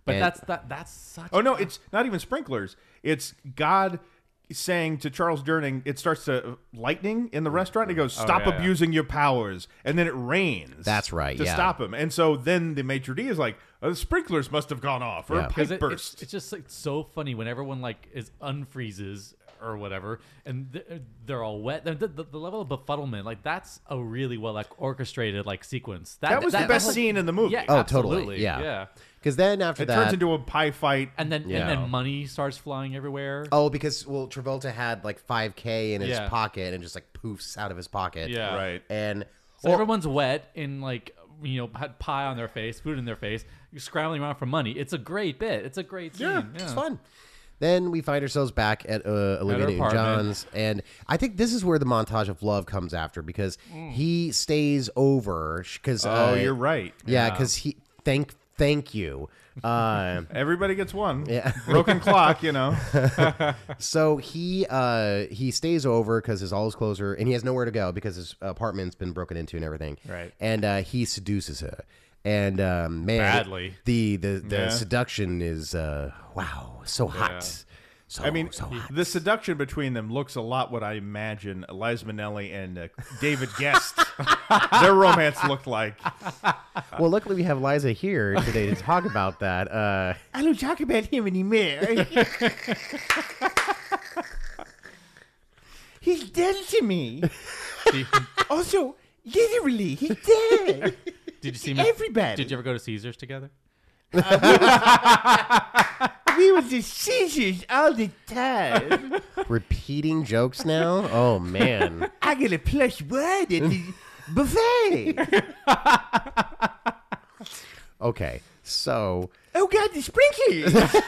S4: but
S3: And-
S4: that's that that's such
S1: Oh no, it's not even sprinklers. It's God saying to Charles Durning, it starts to lightning
S3: Mm-hmm.
S1: in the restaurant. And he goes, "Stop
S4: yeah, yeah.
S1: abusing your powers," and then it rains.
S3: Oh, That's right,
S1: To
S3: yeah.
S1: stop him, and so then the maitre d is like, "Uh, "The sprinklers must have gone off, or
S3: Yeah.
S1: a
S4: 'Cause
S1: pipe
S4: it- it's-
S1: burst."
S4: It's, just like so funny when everyone like is unfreezes or whatever, and th- uh, they're all wet. The, the, the level of befuddlement, like that's a really well like orchestrated like sequence.
S1: that was the best
S4: like-
S1: scene in the movie.
S4: Yeah,
S3: Oh,
S4: absolutely.
S3: totally. Yeah.
S4: yeah.
S3: Because then after
S1: It
S3: that,
S1: turns into a pie fight.
S4: And then
S3: Yeah.
S4: and then money starts flying everywhere.
S3: oh, because well, Travolta had like five k in his
S4: Yeah.
S3: pocket and just like poofs out of his pocket.
S4: Yeah.
S1: Right.
S3: And
S4: So
S3: well,
S4: everyone's wet and like you know had pie on their face, food in their face, scrambling around for money. It's a great bit. It's a great scene.
S3: yeah, it's fun. Then we find ourselves back at uh, Olivia
S4: her
S3: Newton
S4: apartment.
S3: John's, and I think this is where the montage of love comes after because he stays over because
S1: oh, you're right.
S3: yeah because he thank thank you. Uh,
S1: Everybody gets one. Yeah. Broken clock, you know.
S3: So he uh he stays over because his all his clothes are and he has nowhere to go because his apartment's been broken into and everything.
S4: Right.
S3: And uh, he seduces her, and um, man,
S4: Badly.
S3: the the the seduction is uh wow so hot. So,
S1: I mean,
S3: so hot.
S1: the seduction between them looks a lot what I imagine Liz Minnelli and uh, David Guest, their romance looked like.
S3: Well, luckily we have Liza here today to talk about that. Uh, I don't talk about him anymore.
S6: He's dead to me.
S4: Did,
S6: also, literally, he's dead.
S4: did you see me?
S6: Everybody.
S4: Did you ever go to Caesars together?
S6: we were just scissors all the time.
S3: Repeating jokes now? Oh man.
S6: I got a plush one at the buffet.
S3: Okay. So,
S6: Oh God, the sprinklers!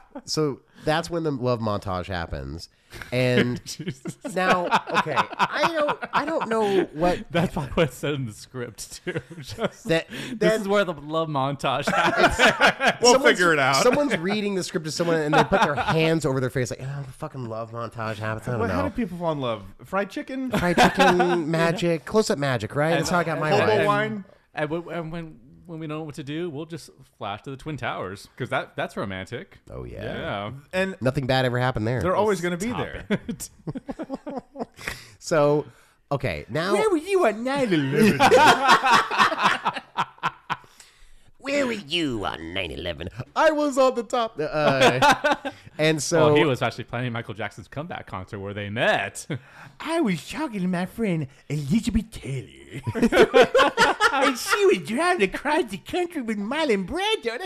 S3: so that's when the love montage happens, and now, okay, I don't, I don't know what
S4: That's probably what it said in the script too. Just-
S3: that.
S4: this
S3: that-
S4: is where the love montage happens.
S1: We'll
S3: someone's-
S1: figure it out.
S3: Someone's reading the script to someone, and they put their hands over their face, like, "Oh, fucking love montage happens." I don't
S1: Well, how
S3: know.
S1: do people fall in love? Fried chicken?
S3: Fried chicken magic, close up magic, right? That's how I got my
S1: Hobo
S3: wife.
S1: wine?
S4: And, when- and when when we don't know what to do, we'll just flash to the Twin Towers because that that's romantic.
S3: Oh yeah.
S4: Yeah.
S1: And
S3: Nothing bad ever happened there.
S1: they're always going to be
S4: Stop
S1: there.
S4: it.
S3: so, okay, now
S6: Where were you at night?
S3: Where were you on 9-11? I was on the top. Uh, and so
S4: well, Oh, he was actually planning Michael Jackson's comeback concert where they met.
S6: I was talking to my friend Elizabeth Taylor, and she was driving across the country with Marlon Brando.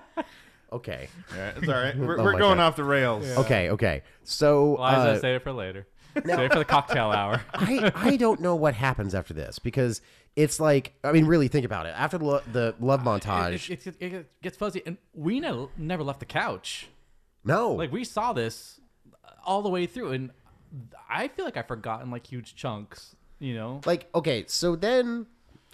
S3: okay,
S1: Yeah, it's all right. We're,
S3: Oh
S1: we're
S3: my
S1: going
S3: God.
S1: off the rails.
S3: okay, okay. So
S4: Liza,
S3: uh,
S4: save it for later. Save it for the cocktail hour.
S3: I I don't know what happens after this because it's like I mean, really think about it. After the lo- the love montage,
S4: It, it, it- it gets fuzzy, and we ne- never left the couch.
S3: no,
S4: Like we saw this all the way through, and I feel like I've forgotten like huge chunks. You know,
S3: like okay, so then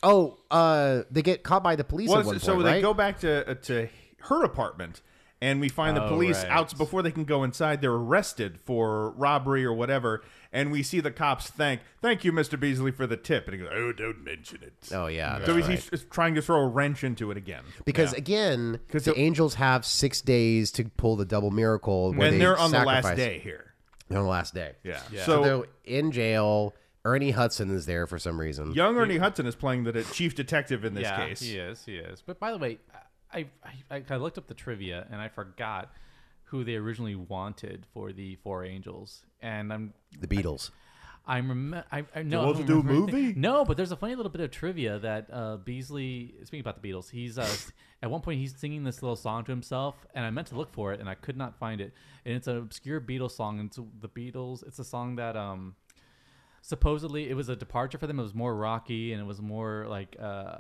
S3: oh, uh, they get caught by the police
S1: Well,
S3: at one
S1: so
S3: point,
S1: they
S3: right?
S1: go back to uh, to her apartment, and we find the
S4: Oh,
S1: police
S4: right.
S1: out before they can go inside. They're arrested for robbery or whatever, and we see the cops thank thank you, Mister Beasley, for the tip, and he goes, "Oh, don't mention it."
S3: oh yeah,
S1: so
S3: that's
S1: he's,
S3: right.
S1: he's trying to throw a wrench into it again,
S3: because again, the
S1: it-
S3: angels have six days to pull the double miracle where
S1: and
S3: they
S1: they're on the last
S3: sacrifice-
S1: day here.
S3: They're on the last day.
S1: Yeah.
S3: So
S1: So,
S3: they're in jail. Ernie Hudson is there for some reason.
S1: young Ernie Hudson is playing the de- chief detective in this
S4: yeah,
S1: case.
S4: he is, he is. But by the way, I, I I- I looked up the trivia and I forgot who they originally wanted for the Four Angels, and I'm
S3: The Beatles.
S4: I'm remem- I, I know.
S1: want to do a movie?
S4: No, but there's a funny little bit of trivia that uh, Beasley, speaking about the Beatles, he's uh, at one point he's singing this little song to himself, and I meant to look for it and I could not find it. And it's an obscure Beatles song. And it's the Beatles. It's a song that um, supposedly it was a departure for them. It was more rocky and it was more like uh,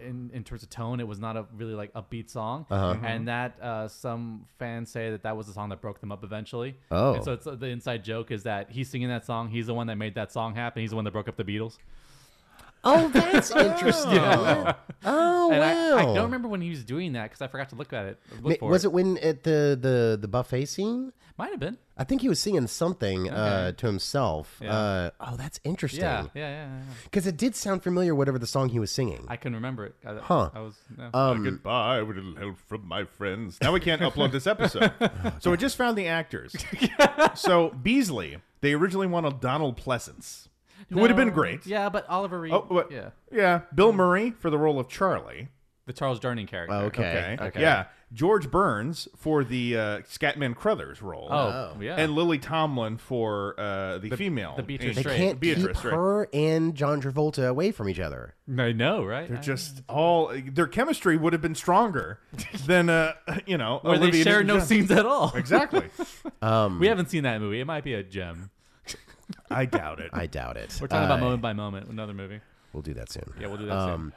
S4: in in terms of tone. It was not a really like upbeat song,
S3: Uh-huh.
S1: Mm-hmm.
S4: and that uh, some fans say that that was the song that broke them up eventually.
S3: Oh.
S4: and so it's, uh, the inside joke is that he's singing that song. He's the one that made that song happen. He's the one that broke up the Beatles.
S3: Oh, that's interesting. Oh,
S4: And
S3: wow.
S4: I, I don't remember when he was doing that because I forgot to look at it. Look
S3: Ma-
S4: for
S3: was it when at the, the, the buffet scene?
S4: Might have been.
S3: I think he was singing something uh, to himself.
S4: Yeah.
S3: Uh, oh, that's
S4: Yeah,
S3: interesting.
S4: yeah, yeah, yeah.
S3: Because it did sound familiar, whatever the song he was singing.
S4: I can remember it. I,
S3: Huh. Uh,
S4: I was. No.
S1: Goodbye, with a little help from my friends. Now we can't upload this episode.
S4: Oh,
S1: So we just found the actors. so Beasley, they originally wanted Donald Pleasance, who would have been
S4: No.
S1: great.
S4: Yeah, but Oliver Reed.
S1: Oh, what?
S4: Yeah,
S1: yeah. Bill Murray for the role of Charlie.
S4: the Charles Durning character.
S3: Oh, okay.
S1: Yeah. George Burns for the uh, Scatman Crothers role.
S4: Oh, yeah.
S1: And Lily Tomlin for uh, the, female.
S4: the Beatrice
S3: They
S4: Straight.
S3: can't
S1: Beatrice,
S3: keep
S1: right.
S3: her and John Travolta away from each other.
S4: I know, right?
S1: They're just all their chemistry would have been stronger than uh, you know
S4: where they
S1: Olivia
S4: share no
S1: Newton-John.
S4: scenes at all.
S1: Exactly.
S4: We haven't seen that movie. It might be a gem.
S1: I doubt it.
S3: I doubt it.
S4: We're talking
S3: Uh,
S4: about moment by moment. Another movie.
S3: We'll do that soon. Um,
S4: Yeah, we'll do that soon.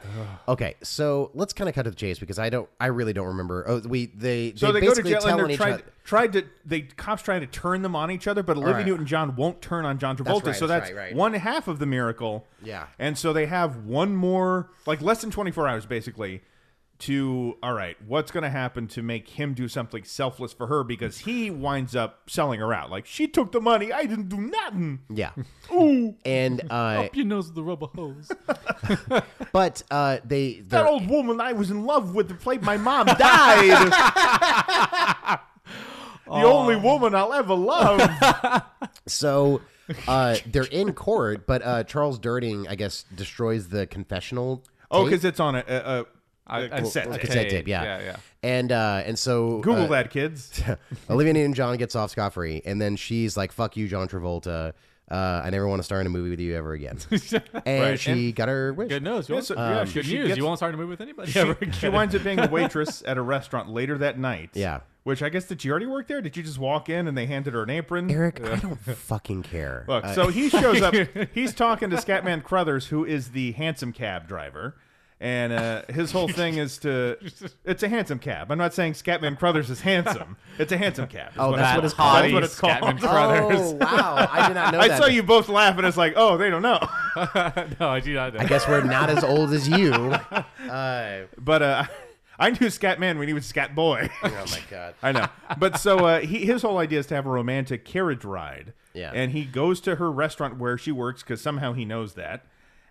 S3: Okay, so let's kind of cut to the chase because I don't, I really don't remember. Oh, we they
S1: So they, go to
S3: basically
S1: jail
S3: tell
S1: and
S3: on
S1: they're
S3: each
S1: tried,
S3: other.
S1: tried to they cops trying to turn them on each other, but Olivia
S3: right.
S1: Newton John won't turn on John Travolta.
S3: right,
S1: so
S3: that's
S1: that's
S3: right, right.
S1: one half of the miracle.
S3: Yeah.
S1: And so they have one more like less than twenty four hours basically to all right, what's going to happen to make him do something selfless for her because he winds up selling her out. Like she took the money, I didn't do nothing.
S3: Yeah. And uh,
S4: Your nose with the rubber hose.
S1: Oh.
S3: but uh, they
S1: That
S3: the,
S1: old woman I was in love with that played my mom died. the only
S3: Oh.
S1: woman I'll ever love.
S3: so uh, they're in court, but uh, Charles Durning, I guess, destroys the confessional.
S1: Oh,
S3: tape?
S1: because it's on a, a, a, a cassette.
S3: a
S1: tape.
S3: cassette tape, yeah,
S4: Yeah, yeah.
S3: And uh, and so
S1: Google
S3: uh,
S1: that, kids.
S3: Olivia Newton-John gets off scot-free, and then she's like, "Fuck you, John Travolta. Uh, I never want to star in a movie with you ever again." And
S1: Right,
S3: she got her wish.
S4: Good news. You
S1: Yes,
S4: won't-
S1: uh, yeah, she-
S4: good
S1: she
S4: news.
S1: gets-
S4: you won't start to move with anybody
S1: She,
S4: ever
S1: she
S4: again.
S1: winds up being a waitress at a restaurant later that night.
S3: Yeah.
S1: Which I guess did you already work there? Did you just walk in and they handed her an apron?
S3: Eric, I don't fucking care.
S1: Look,
S3: Uh,
S1: so he shows up. He's talking to Scatman Crothers, who is the handsome cab driver. And uh, his whole thing is to. It's a handsome cab. I'm not saying Scatman Crothers is handsome. It's a handsome cab. is
S3: Oh, that's
S1: I'm
S3: what it's
S1: saying.
S3: called.
S1: That's what it's called.
S4: Scatman
S3: oh
S4: Crothers.
S3: wow, I did not know
S1: I
S3: that.
S1: saw you both laugh, and it's like, oh, they don't know.
S4: no, I do not know.
S3: I guess we're not as old as you. Oh
S1: But uh, I knew Scatman when he was Scat Boy.
S3: my god.
S1: I know. But so uh, he, his whole idea is to have a romantic carriage ride.
S3: Yeah.
S1: And he goes to her restaurant where she works because somehow he knows that.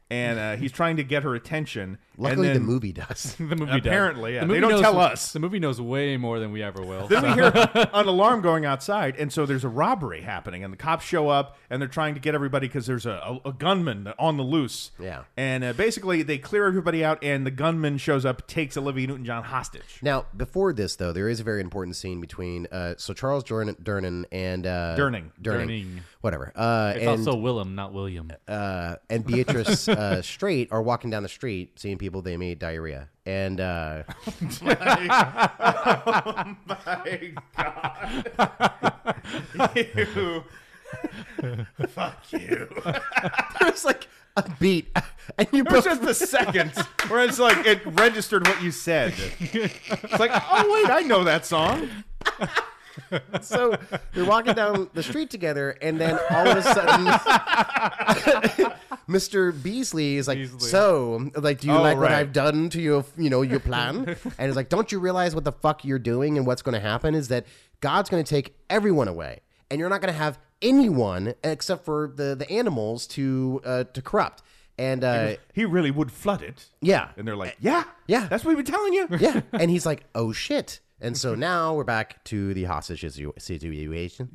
S1: And uh, he's trying to get her attention. and
S3: Luckily,
S1: then,
S3: the movie does.
S4: the movie does.
S1: Apparently, yeah.
S4: The
S1: They
S4: movie
S1: don't
S4: knows-
S1: tell us.
S4: The movie knows way more than we ever will.
S1: Then we hear an alarm going outside, and so there's a robbery happening, and the cops show up, and they're trying to get everybody because there's a, a, a gunman on the loose.
S3: Yeah.
S1: And uh, basically, they clear everybody out, and the gunman shows up, takes Olivia Newton-John hostage.
S3: Now, before this, though, there is a very important scene between uh, so Charles Durn- Durnan and uh,
S1: Durning.
S3: Durning,
S4: Durning.
S3: whatever, uh,
S4: it's
S3: and
S4: also Willem, not William.
S3: uh, and Beatrice uh, Straight are walking down the street, seeing people they made diarrhea, and uh,
S1: My God. you. Fuck you.
S3: there's like a beat, and you
S1: It was
S3: both
S1: just the seconds where it's like it registered what you said. It's like, oh, wait, I know that song.
S3: so they're walking down the street together, and then all of a sudden, Mr. Beasley is like, "So, like, do you
S1: Oh,
S3: like what
S1: right.
S3: I've done to your, you know, your plan?" and he's like, "Don't you realize what the fuck you're doing and what's going to happen is that God's going to take everyone away, and you're not going to have anyone except for the the animals to uh, to corrupt." And uh,
S1: He really would flood it.
S3: yeah,
S1: And they're like, yeah,
S3: Yeah.
S1: that's what we've been telling you.
S3: yeah, and he's like, "Oh shit." And so now we're back to the hostage situ- situation.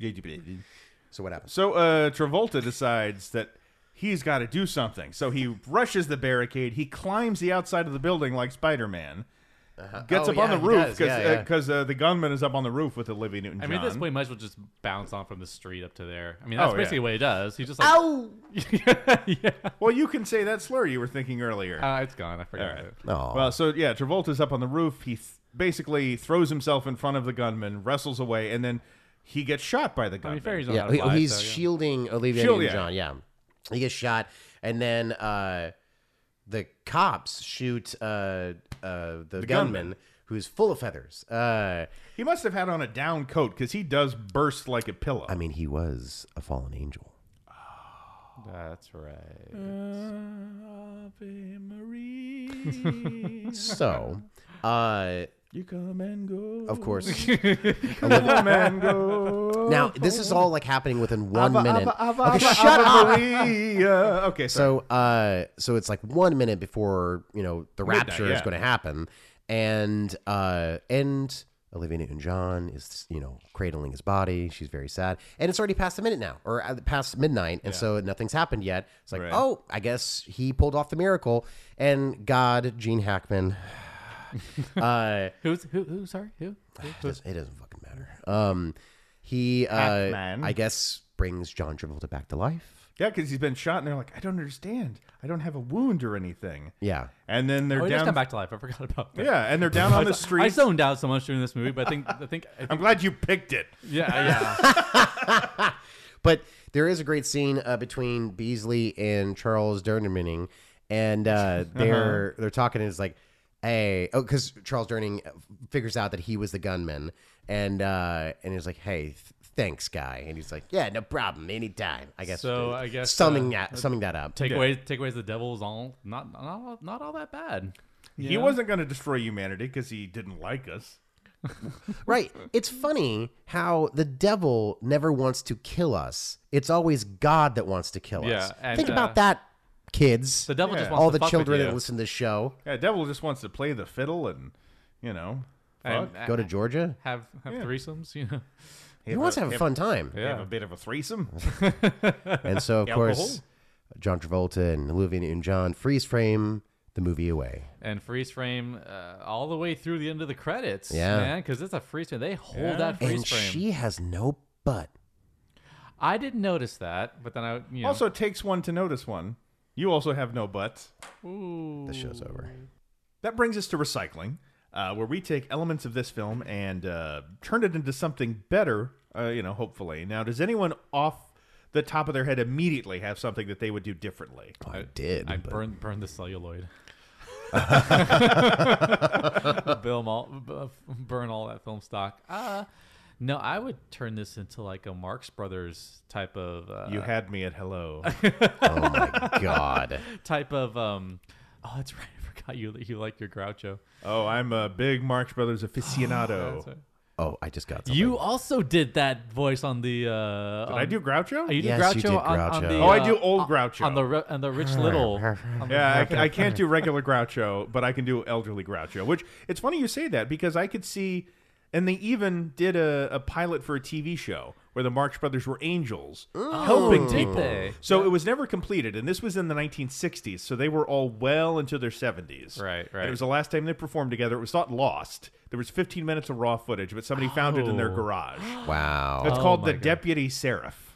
S3: So what happens?
S1: So uh, Travolta decides that he's got to do something. So he rushes the barricade. He climbs the outside of the building like Spider Man. Gets
S3: Oh,
S1: up on
S3: yeah,
S1: the
S3: he
S1: roof
S3: does.
S1: because
S3: Yeah, yeah.
S1: uh, the gunman is up on the roof with Olivia Newton
S4: I
S1: John.
S4: mean, at this point, might as well just bounce on from the street up to there. I mean, that's
S1: Oh, yeah.
S4: basically what he does. He just like,
S5: Oh,
S4: yeah.
S1: well, you can say that slur you were thinking earlier.
S4: Uh, it's gone. I forgot
S1: All right.
S4: it.
S3: Aw.
S1: Well, so yeah, Travolta's up on the roof. He th- basically throws himself in front of the gunman, wrestles away, and then he gets shot by the
S4: I
S1: gunman.
S4: mean, fairies don't
S3: Yeah,
S4: have
S3: he-
S4: lives,
S3: Oh, he's
S4: so, yeah.
S3: shielding Olivia
S1: Shield,
S3: Newton John. Yeah. he gets shot, and then uh, the cops shoot uh, uh, the, gunman,
S1: gunman.
S3: who's full of feathers. Uh,
S1: He must have had on a down coat because he does burst like a pillow.
S3: I mean, he was a fallen angel.
S4: That's right.
S3: So, uh,
S1: you come and go.
S3: of course,
S1: Come and go.
S3: now this is all like happening within one minute. Okay, shut
S1: Ave
S3: up.
S1: Maria. Okay, so
S3: So, uh, so it's like one minute before you know the
S1: Midnight,
S3: rapture is
S1: yeah.
S3: going to happen, and uh, and Olivia Newton-John is you know cradling his body. She's very sad, and it's already past the minute now, or uh, past midnight, and so nothing's happened yet. It's like,
S1: Right.
S3: oh, I guess he pulled off the miracle, and God, Gene Hackman, uh,
S4: Who's who? Who? Sorry, who?
S3: it doesn't, it doesn't fucking matter. Um, he, uh,
S1: Hackman.
S3: I guess, brings John Travolta back to life.
S1: yeah, because he's been shot, and they're like, I don't understand. I don't have a wound or anything.
S3: Yeah.
S1: And then they're
S4: Oh, he does
S1: down.
S4: come back to life. I forgot about that.
S1: Yeah, and they're down on
S4: I
S1: the
S4: z- I
S1: street.
S4: zoned out so much during this movie, but I think I think, I
S1: I'm
S4: think
S1: glad you picked it.
S4: yeah, yeah.
S3: But there is a great scene uh, between Beasley and Charles Durning, and
S4: Uh-huh.
S3: uh, they're they're talking. And it's like, hey, oh, because Charles Durning figures out that he was the gunman, and uh, and he's like, hey, th- thanks, guy, and he's like, yeah, no problem, anytime. I guess.
S4: So,
S3: uh,
S4: I guess,
S3: summing
S4: uh,
S3: that summing that up.
S4: Takeaways, takeaways. The devil's all not not all- not all that bad.
S1: He wasn't going to destroy humanity because he didn't like us.
S3: Right. It's funny how the devil never wants to kill us. It's always God that wants to kill us.
S4: Yeah, and,
S3: Think
S4: uh,
S3: about that, kids.
S4: The devil
S1: Yeah.
S4: just wants
S3: All
S4: to
S3: the
S4: fuck
S3: children
S4: with you.
S3: that listen to the show.
S1: Yeah, devil just wants to play the fiddle and, you know,
S4: and,
S3: Go to Georgia.
S4: have have threesomes. You know,
S3: He wants to have a fun time.
S1: have a bit of a threesome.
S3: And so, of
S1: Alcohol.
S3: course, John Travolta and Olivia Newton-John freeze frame the movie away.
S4: and freeze frame uh, all the way through the end of the credits.
S3: Yeah.
S4: because it's a freeze frame. They hold that freeze
S3: and
S4: frame.
S3: she has no butt.
S4: I didn't notice that, but then I you know,
S1: Also, it takes one to notice one. You also have no butts.
S4: ooh,
S3: The show's over.
S1: That brings us to recycling, uh, where we take elements of this film and uh, turn it into something better, uh, you know, hopefully. Now, does anyone off the top of their head immediately have something that they would do differently?
S3: Oh, I did.
S4: I
S3: but-
S4: burned burned the celluloid. Bill all, b- uh, burn all that film stock. Uh no, I would turn this into like a Marx Brothers type of uh,
S1: You had me at hello.
S3: oh my god.
S4: type of um. Oh, that's right. I forgot you you like your Groucho.
S1: oh, I'm a big Marx Brothers aficionado.
S4: That's right.
S3: Oh, I just got something.
S4: You also did that voice on the. Uh,
S1: Did I do Groucho?
S4: You did
S3: Yes,
S4: Groucho,
S3: you did
S4: On, on
S3: Groucho.
S4: the.
S1: Oh, I
S4: uh,
S1: do old Groucho.
S4: on the ri- on the Rich Little. on the-
S1: Yeah, I, I can't do regular Groucho, but I can do elderly Groucho. Which it's funny you say that because I could see, and they even did a, a pilot for a TV show where the Marx Brothers were angels helping
S4: did
S1: people.
S4: they?
S1: So it was never completed, and this was in the 1960s. So they were all well into their 70s.
S4: Right,
S1: And
S4: right.
S1: it was the last time they performed together. It was not lost. There was 15 minutes of raw footage, but somebody found it in their
S4: Oh.
S1: garage.
S3: Wow.
S1: It's
S4: Oh
S1: called
S4: my
S1: the
S4: God. uh,
S1: Deputy Seraph.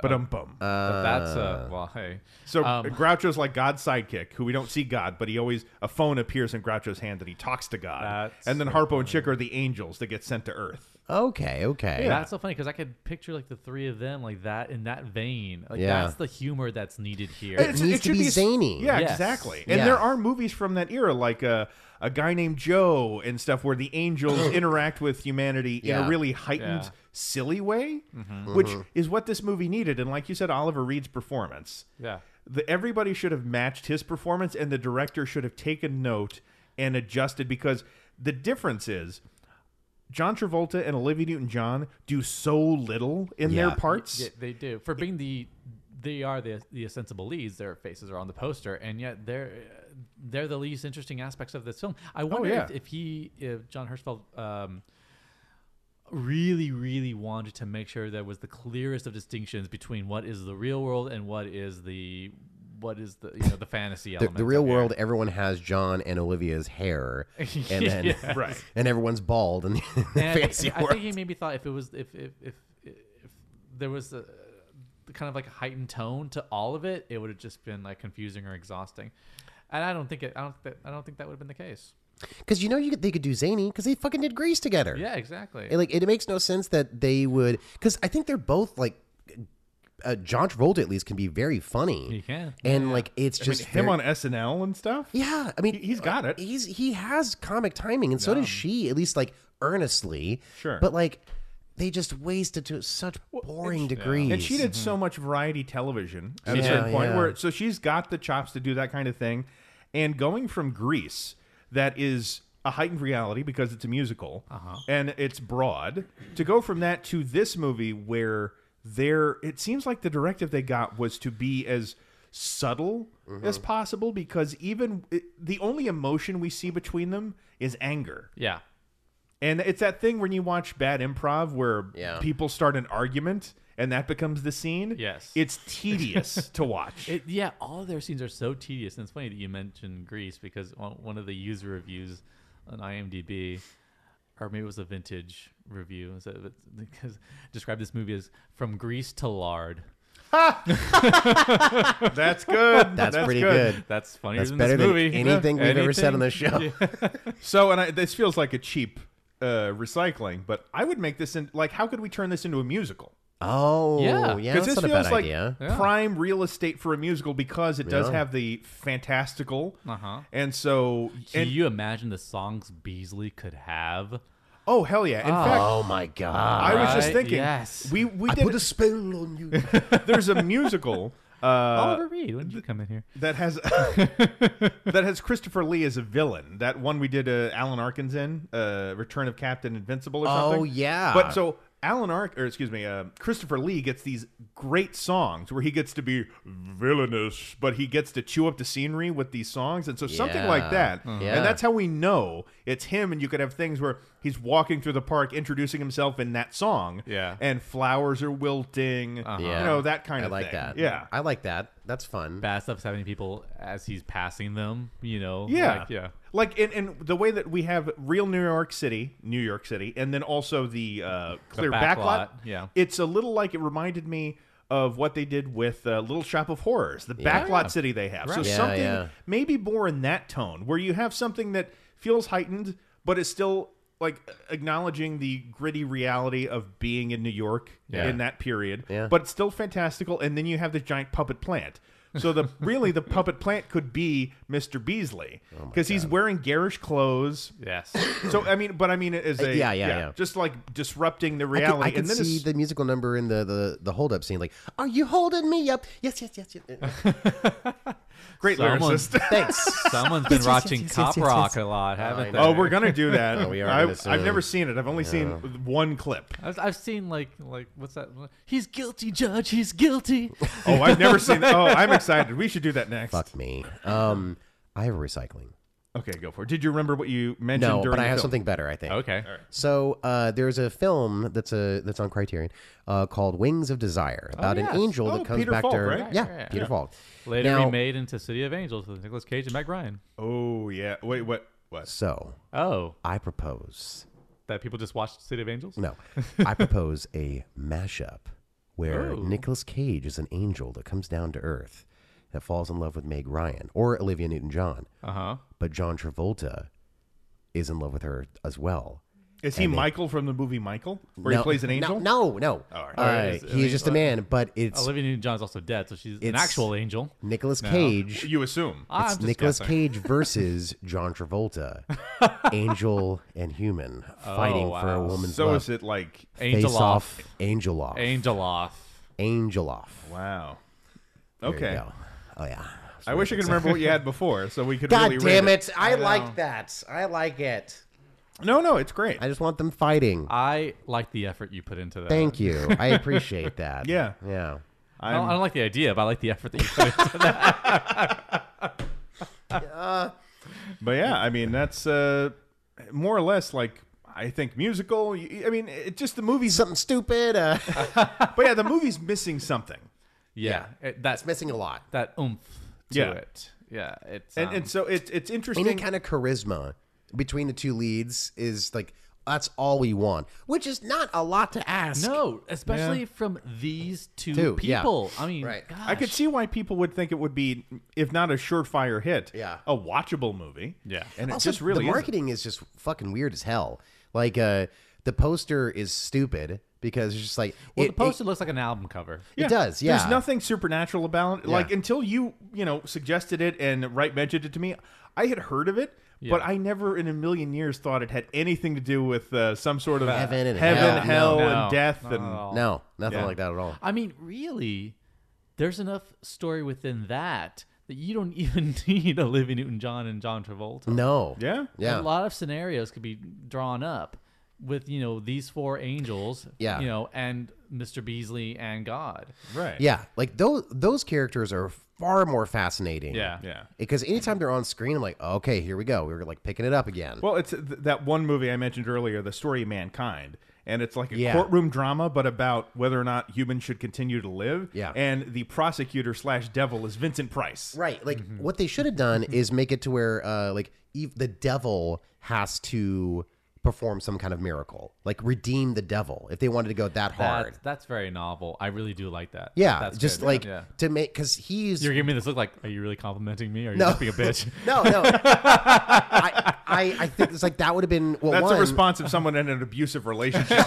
S1: But um bum.
S4: But that's uh, well, hey.
S1: So uh,
S4: Um,
S1: Groucho's like God's sidekick, who we don't see God, but he always a phone appears in Groucho's hand and he talks to God.
S4: That's
S1: And then Harpo and Chick are the angels that get sent to Earth.
S3: Okay, okay.
S4: That's so funny because I could picture like the three of them like that in that vein. Like
S3: Yeah.
S4: that's the humor that's needed here.
S1: It's-
S3: needs to
S1: should
S3: be
S1: s-
S3: zany.
S1: Yeah,
S4: Yes.
S1: exactly. And
S3: Yeah.
S1: there are movies from that era, like uh, a guy named Joe and stuff, where the angels interact with humanity in a
S3: Yeah.
S1: really heightened,
S4: Yeah.
S1: silly way, which
S3: Mm-hmm.
S1: is what this movie needed. And like you said, Oliver Reed's performance.
S4: yeah.
S1: the, everybody should have matched his performance and the director should have taken note and adjusted because the difference is John Travolta and Olivia Newton-John do so little in their
S3: Yeah.
S1: parts.
S4: Yeah, they do for being the they are the the ostensible leads. Their faces are on the poster, and yet they're they're the least interesting aspects of this film. I wonder
S1: yeah.
S4: if, if he if John Hirschfeld um, really really wanted to make sure there was the clearest of distinctions between what is the real world and what is the what is the you know the fantasy
S3: The,
S4: element.
S3: the real
S4: of it.
S3: world, everyone has John and Olivia's hair, and then
S1: Right.
S3: and everyone's bald and
S4: And I,
S3: fancy
S4: think, I
S3: world.
S4: think he maybe thought if it was if if if, if there was a the kind of like a heightened tone to all of it, it would have just been like confusing or exhausting. And I don't think it. I don't. Th- I don't think that would have been the case.
S3: Because you know you could, they could do zany because they fucking did Grease together.
S4: Yeah, exactly.
S3: It, like it makes no sense that they would because I think they're both like uh, John Travolta at least can be very funny.
S4: He can.
S3: and like it's
S1: I mean,
S3: just
S1: him
S3: very-
S1: on SNL and stuff.
S3: Yeah, I mean
S1: He- he's got it.
S3: He's he has comic timing, and so does she. At least like earnestly.
S1: Sure.
S3: but like they just wasted to such boring degrees.
S1: And she did so much variety television at a
S3: Yeah,
S1: certain point
S3: yeah.
S1: where so she's got the chops to do that kind of thing. And going from Greece, that is a heightened reality because it's a musical and it's broad. To go from that to this movie where there it seems like the directive they got was to be as subtle as possible because even it, the only emotion we see between them is anger.
S4: yeah.
S1: And it's that thing when you watch bad improv where
S3: Yeah.
S1: people start an argument and that becomes the scene.
S4: Yes.
S1: It's tedious to watch.
S4: It, yeah, all of their scenes are so tedious, and it's funny that you mentioned Greece because on one of the user reviews on IMDb, or maybe it was a vintage review, so it's, because described this movie as from Greece to lard.
S1: That's good.
S3: That's, pretty good.
S4: That's funnier
S3: That's
S4: than
S3: better
S4: this
S3: than
S4: movie.
S3: anything we've ever said on this show.
S1: So, and I, this feels like a cheap uh, recycling, but I would make this in like, how could we turn this into a musical?
S3: Oh,
S4: Yeah.
S3: yeah, that's
S1: this
S3: not a
S1: feels
S3: bad
S1: like
S3: idea.
S1: prime real estate for a musical because it does have the fantastical.
S4: Uh-huh.
S1: And so,
S4: Can
S1: and,
S4: you imagine the songs Beasley could have?
S1: oh, hell yeah. In fact,
S3: Oh my god!
S1: I was just
S4: Right,
S1: thinking,
S4: yes.
S1: we, we
S3: I
S1: did
S3: put a spell on you.
S1: there's a musical
S4: Oliver Reed, when did you come in here?
S1: that has that has Christopher Lee as a villain. That one we did uh, Alan Arkin's in uh, Return of Captain Invincible or
S3: Oh,
S1: something.
S3: yeah.
S1: But so Alan Ark or excuse me, uh, Christopher Lee gets these great songs where he gets to be villainous, but he gets to chew up the scenery with these songs, and so something
S3: Yeah. Uh-huh.
S1: like that.
S3: Yeah.
S1: And that's how we know it's him. And you could have things where he's walking through the park introducing himself in that song.
S4: Yeah.
S1: And flowers are wilting.
S3: Yeah.
S1: You know that kind
S3: Uh-huh. I
S1: of
S3: like
S1: thing.
S3: that.
S1: Yeah.
S3: I like that. That's fun.
S4: Bad stuff's happening to people as he's passing them. You know.
S1: Yeah,
S4: Like, yeah.
S1: Like and, and the way that we have real New York City, New York City, and then also the uh, clear
S4: back
S1: backlot.
S4: lot, yeah.
S1: it's a little like it reminded me of what they did with uh, Little Shop of Horrors, the backlot city they have. So
S4: Right.
S3: Yeah,
S1: something
S3: yeah.
S1: maybe more in that tone, where you have something that feels heightened, but is still like acknowledging the gritty reality of being in New York
S4: Yeah.
S1: in that period,
S3: Yeah.
S1: but still fantastical. And then you have the giant puppet plant. So the really the puppet plant could be Mr. Beasley
S3: Oh
S1: because he's wearing garish clothes.
S4: Yes.
S1: So I mean, but I mean, as a
S3: Uh, yeah, yeah, yeah.
S1: just like disrupting the
S3: I can,
S1: reality.
S3: I can
S1: and then
S3: see
S1: it's-
S3: the musical number in the, the, the hold up scene. Like, are you holding me up? Yes, yes, yes. yes.
S1: great
S4: Someone-
S1: lyricist.
S3: Thanks.
S4: Someone's been
S3: yes,
S4: watching
S3: yes, yes,
S4: Cop
S3: yes,
S4: Rock
S3: yes.
S4: a lot, haven't they?
S3: know.
S1: Oh, we're gonna do that.
S3: We are
S1: I,
S3: gonna soon.
S1: I've never seen it. I've only seen one clip.
S4: I've, I've seen like like what's that? He's guilty, judge. He's guilty.
S1: Oh, I've never seen. Oh, I'm excited. We should do that next.
S3: Fuck me. Um, I have recycling.
S1: Okay, go for it. Did you remember what you mentioned
S3: No,
S1: during
S3: but I
S1: the
S3: have
S1: film?
S3: something better. I think.
S4: okay.
S3: So uh, there's a film that's a that's on Criterion uh, called Wings of Desire about
S4: yes.
S3: an angel
S1: Oh,
S3: that comes
S1: Peter
S3: back
S1: Falk,
S3: to Earth.
S1: right?
S3: yeah,
S4: Yeah.
S3: Peter Falk.
S4: Later
S3: Now-
S4: remade into City of Angels with Nicolas Cage and Meg Ryan.
S1: Oh yeah. Wait, what? What?
S3: So
S4: Oh,
S3: I propose.
S4: that people just watched City of Angels.
S3: No, I propose a mashup where
S1: Oh.
S4: Ooh.
S3: Nicolas Cage is an angel that comes down to Earth that falls in love with Meg Ryan or Olivia Newton-John,
S4: Uh huh.
S3: but John Travolta is in love with her as well.
S1: Is he Michael from the movie Michael, where he plays an
S3: no-
S1: angel? Oh,
S3: No, no.
S1: all right.
S3: Uh,
S4: Alright, it's-
S3: he's just a man, but it's
S4: Olivia Newton-John's also dead, so she's an
S3: It's-
S4: actual angel.
S3: Nicolas Cage.
S1: You assume.
S4: I'm
S3: It's
S4: just
S3: Nicolas
S4: guessing.
S3: Cage versus John Travolta, angel and human fighting for a
S4: wow.
S3: woman's
S1: Oh, So
S3: love.
S1: is it like?
S4: Angel
S3: Face
S4: off.
S3: off, angel off,
S4: Angel off.
S3: angel off.
S1: Wow.
S3: There you
S1: Okay.
S3: go. Oh yeah.
S1: I wish I could remember what you had before, so we could.
S3: God
S1: really rate
S3: damn it! I, like that. I like it. Ah.
S1: No, no, it's great.
S3: I just want them fighting.
S4: I like the effort you put into that.
S3: Thank you. I appreciate that.
S1: Yeah.
S3: Yeah.
S4: I don't, I don't like the idea, but I like the effort that you put into that.
S1: But yeah, I mean that's uh, more or less like I think musical. Y- I mean, it, just the movie's.
S3: Something stupid. Uh,
S1: but yeah, the movie's missing something,
S4: Yeah, It, that's
S3: it's missing a lot.
S4: that oomph to
S1: Yeah.
S4: it. Yeah, it's
S1: and
S4: um,
S1: and so it's it's interesting.
S3: any kind of charisma between the two leads is like that's all we want, which is not a lot to ask.
S4: no, especially from these two,
S3: Two, yeah.
S4: people. I mean,
S3: Right.
S4: gosh.
S1: I could see why people would think it would be, if not a surefire hit,
S3: Yeah.
S1: a watchable movie.
S4: Yeah.
S1: and it
S3: Also,
S1: just really
S3: the
S1: isn't.
S3: marketing is just fucking weird as hell. Like uh, the poster is stupid because it's just like
S4: Well,
S3: it,
S4: the poster looks like an album cover.
S3: it does, yeah.
S1: There's nothing supernatural about it. Like until you, you know, suggested it and right mentioned it to me, I had heard of it, but I never in a million years thought it had anything to do with uh, some sort of
S3: Heaven and
S1: heaven, hell,
S3: hell.
S4: No.
S1: and death
S4: Not
S1: and
S4: at all.
S3: It, no, nothing
S1: Yeah.
S3: like that at all.
S4: I mean, really, there's enough story within that that you don't even need Olivia Newton-John and John Travolta.
S3: No.
S1: yeah.
S3: Yeah.
S4: a lot of scenarios could be drawn up with you know these four angels.
S3: Yeah.
S4: you know, and Mr. Beasley and God.
S1: Right.
S3: Yeah, like those those characters are far more fascinating.
S4: Yeah.
S1: Yeah.
S3: Because anytime they're on screen, I'm like, okay, here we go. We're like picking it up again.
S1: Well, it's th- that one movie I mentioned earlier, The Story of Mankind. And it's like a
S3: Yeah.
S1: courtroom drama, but about whether or not humans should continue to live.
S3: Yeah.
S1: And the prosecutor slash devil is Vincent Price.
S3: Right. Like what they should have done is make it to where uh like ev- the devil has to perform some kind of miracle. Like redeem the devil if they wanted to go that hard.
S4: That's, that's very novel. I really do like that.
S3: yeah,
S4: that's
S3: just
S4: good.
S3: like
S4: Yeah.
S3: to make cuz he's
S4: you're giving me this look like, are you really complimenting me? Or are you
S3: No.
S4: just being a bitch?
S3: No, no. I, I I think it's like that would have been well
S1: That's
S3: one,
S1: a response of someone in an abusive relationship.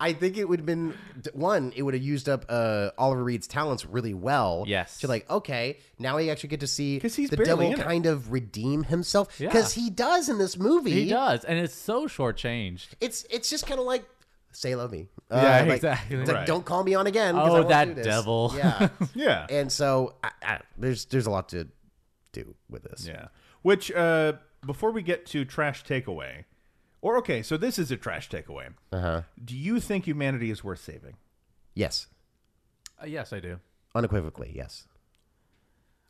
S3: I think it would have been d- one. It would have used up uh, Oliver Reed's talents really well.
S4: Yes.
S3: to like okay, now we actually get to see
S1: 'Cause he's
S3: the
S1: barely
S3: devil
S1: in it.
S3: kind of redeem himself
S4: Yeah.
S3: because he does in this movie.
S4: he does, and it's so shortchanged.
S3: It's it's just kind of like say love me. Uh,
S4: Yeah,
S3: like-
S4: exactly.
S3: it's like,
S1: Right.
S3: don't call me on again. 'cause I
S4: Oh,
S3: won't
S4: that
S3: do this."
S4: devil.
S3: Yeah.
S1: Yeah.
S3: and so I, I, there's there's a lot to do with this.
S1: Yeah. Which, uh, before we get to trash takeaway, or okay, so this is a trash takeaway.
S3: Uh huh.
S1: Do you think humanity is worth saving?
S3: Yes.
S4: Uh, yes, I do.
S3: Unequivocally, yes.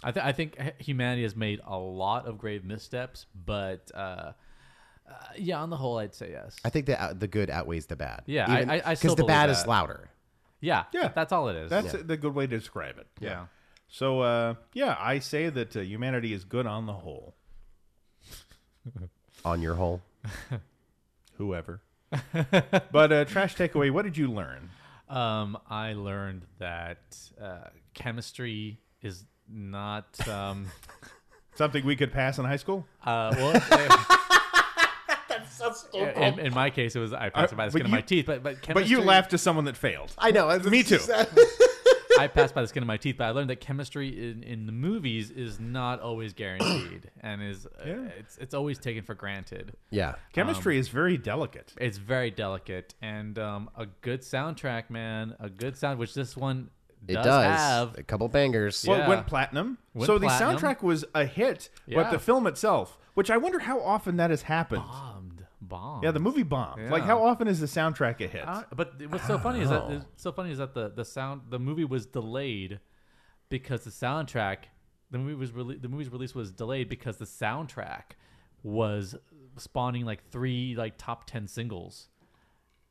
S4: I, th- I think h- humanity has made a lot of grave missteps, but uh, uh, yeah, on the whole, I'd say yes.
S3: I think the out- the good outweighs the bad.
S4: Yeah, I- I- I still
S3: because the
S4: believe
S3: bad
S4: that.
S3: is louder.
S4: yeah,
S1: Yeah.
S4: that's all it is.
S1: That's the good way to describe it.
S4: yeah.
S1: So, uh, yeah, I say that uh, humanity is good on the whole.
S3: On your whole,
S1: Whoever. but uh, trash takeaway. What did you learn?
S4: Um, I learned that uh, chemistry is not. Um,
S1: Something we could pass in high school?
S4: uh, well, in, in my case, it was I passed
S1: Uh,
S4: it by the
S1: but
S4: skin of my
S1: you-
S4: teeth. But but, chemistry,
S1: But you laughed to someone that failed.
S3: I know.
S1: Me too.
S4: I passed by the skin of my teeth, but I learned that chemistry in, in the movies is not always guaranteed, and is uh, it's it's always taken for granted.
S3: Yeah,
S1: Chemistry
S4: Um,
S1: is very delicate.
S4: It's very delicate, and um, a good soundtrack, man, a good sound, which this one
S3: it
S4: does,
S3: does.
S4: have.
S3: a couple bangers.
S1: Well, it
S4: Yeah.
S1: went platinum.
S4: Went
S1: so
S4: platinum.
S1: the soundtrack was a hit, but
S4: Yeah.
S1: the film itself, which I wonder how often that has happened.
S4: Bombed, bombed.
S1: Yeah, the movie bombed. Like,
S4: Yeah. Uh,
S1: how often is the soundtrack a hit?
S4: I don't- but th- what's so funny is that it's so funny is that the the sound the movie was delayed because the soundtrack the movie was rele- the movie's release was delayed because the soundtrack was spawning like three like top 10 singles.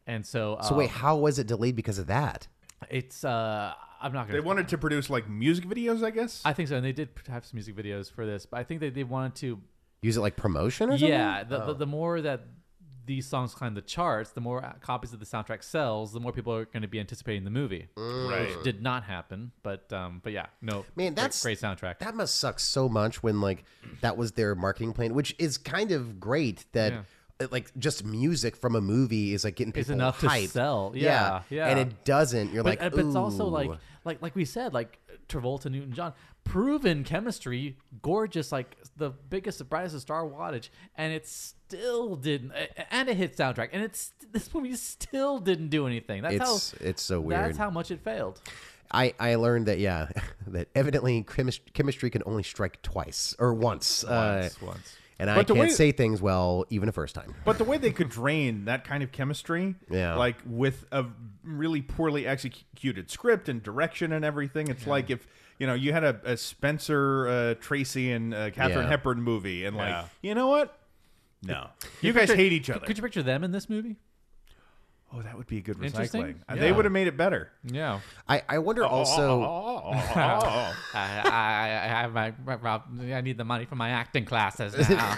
S4: And so,
S3: So
S4: uh,
S3: wait, how was it delayed because of that?
S4: it's uh I'm not
S1: they
S4: going
S1: wanted to produce like music videos, I guess.
S4: I think so and they did have some music videos for this, but I think they they wanted to
S3: Use it like promotion or something?
S4: Yeah, the,
S3: Oh.
S4: the, the more that these songs climb the charts, the more copies of the soundtrack sells, the more people are going to be anticipating the movie.
S1: Right.
S4: Which did not happen, but um, but yeah, no,
S3: Mm. Man,
S4: great-
S3: that's-
S4: great, soundtrack.
S3: That must suck so much when like that was their marketing plan, which is kind of great that uh, like just music from a movie is like getting people
S4: It's enough to
S3: hyped.
S4: sell. Yeah, yeah.
S3: And it doesn't. You're
S4: but,
S3: like,
S4: uh, but it's also
S3: "Ooh."
S4: like like like we said, like Travolta, Newton John, proven chemistry, gorgeous, like the biggest, brightest star wattage, and it still didn't, a- and a hit soundtrack, and it's this movie still didn't do anything. That's
S3: it's
S4: how
S3: it's so weird.
S4: that's how much it failed.
S3: I, I learned that yeah that evidently chemis- chemistry can only strike twice or once, uh,
S4: Once, once.
S3: and I
S1: But the
S3: can't
S1: way-
S3: say things well even a first time.
S1: but the way they could drain that kind of chemistry,
S3: Yeah.
S1: like with a really poorly executed script and direction and everything, it's like if you know you had a, a Spencer uh, Tracy and uh, Catherine
S3: Yeah.
S1: Hepburn movie, and like
S4: Yeah.
S1: you know what? No, you guys hate each other.
S4: Could you picture them in this movie?
S1: oh, that would be a good
S4: Interesting.
S1: recycling. Uh, They
S4: Yeah.
S1: would have made it better.
S4: Yeah.
S3: I, I wonder
S4: oh,
S3: also
S1: Oh,
S4: I, I, I have my Rob, I need the money for my acting classes now.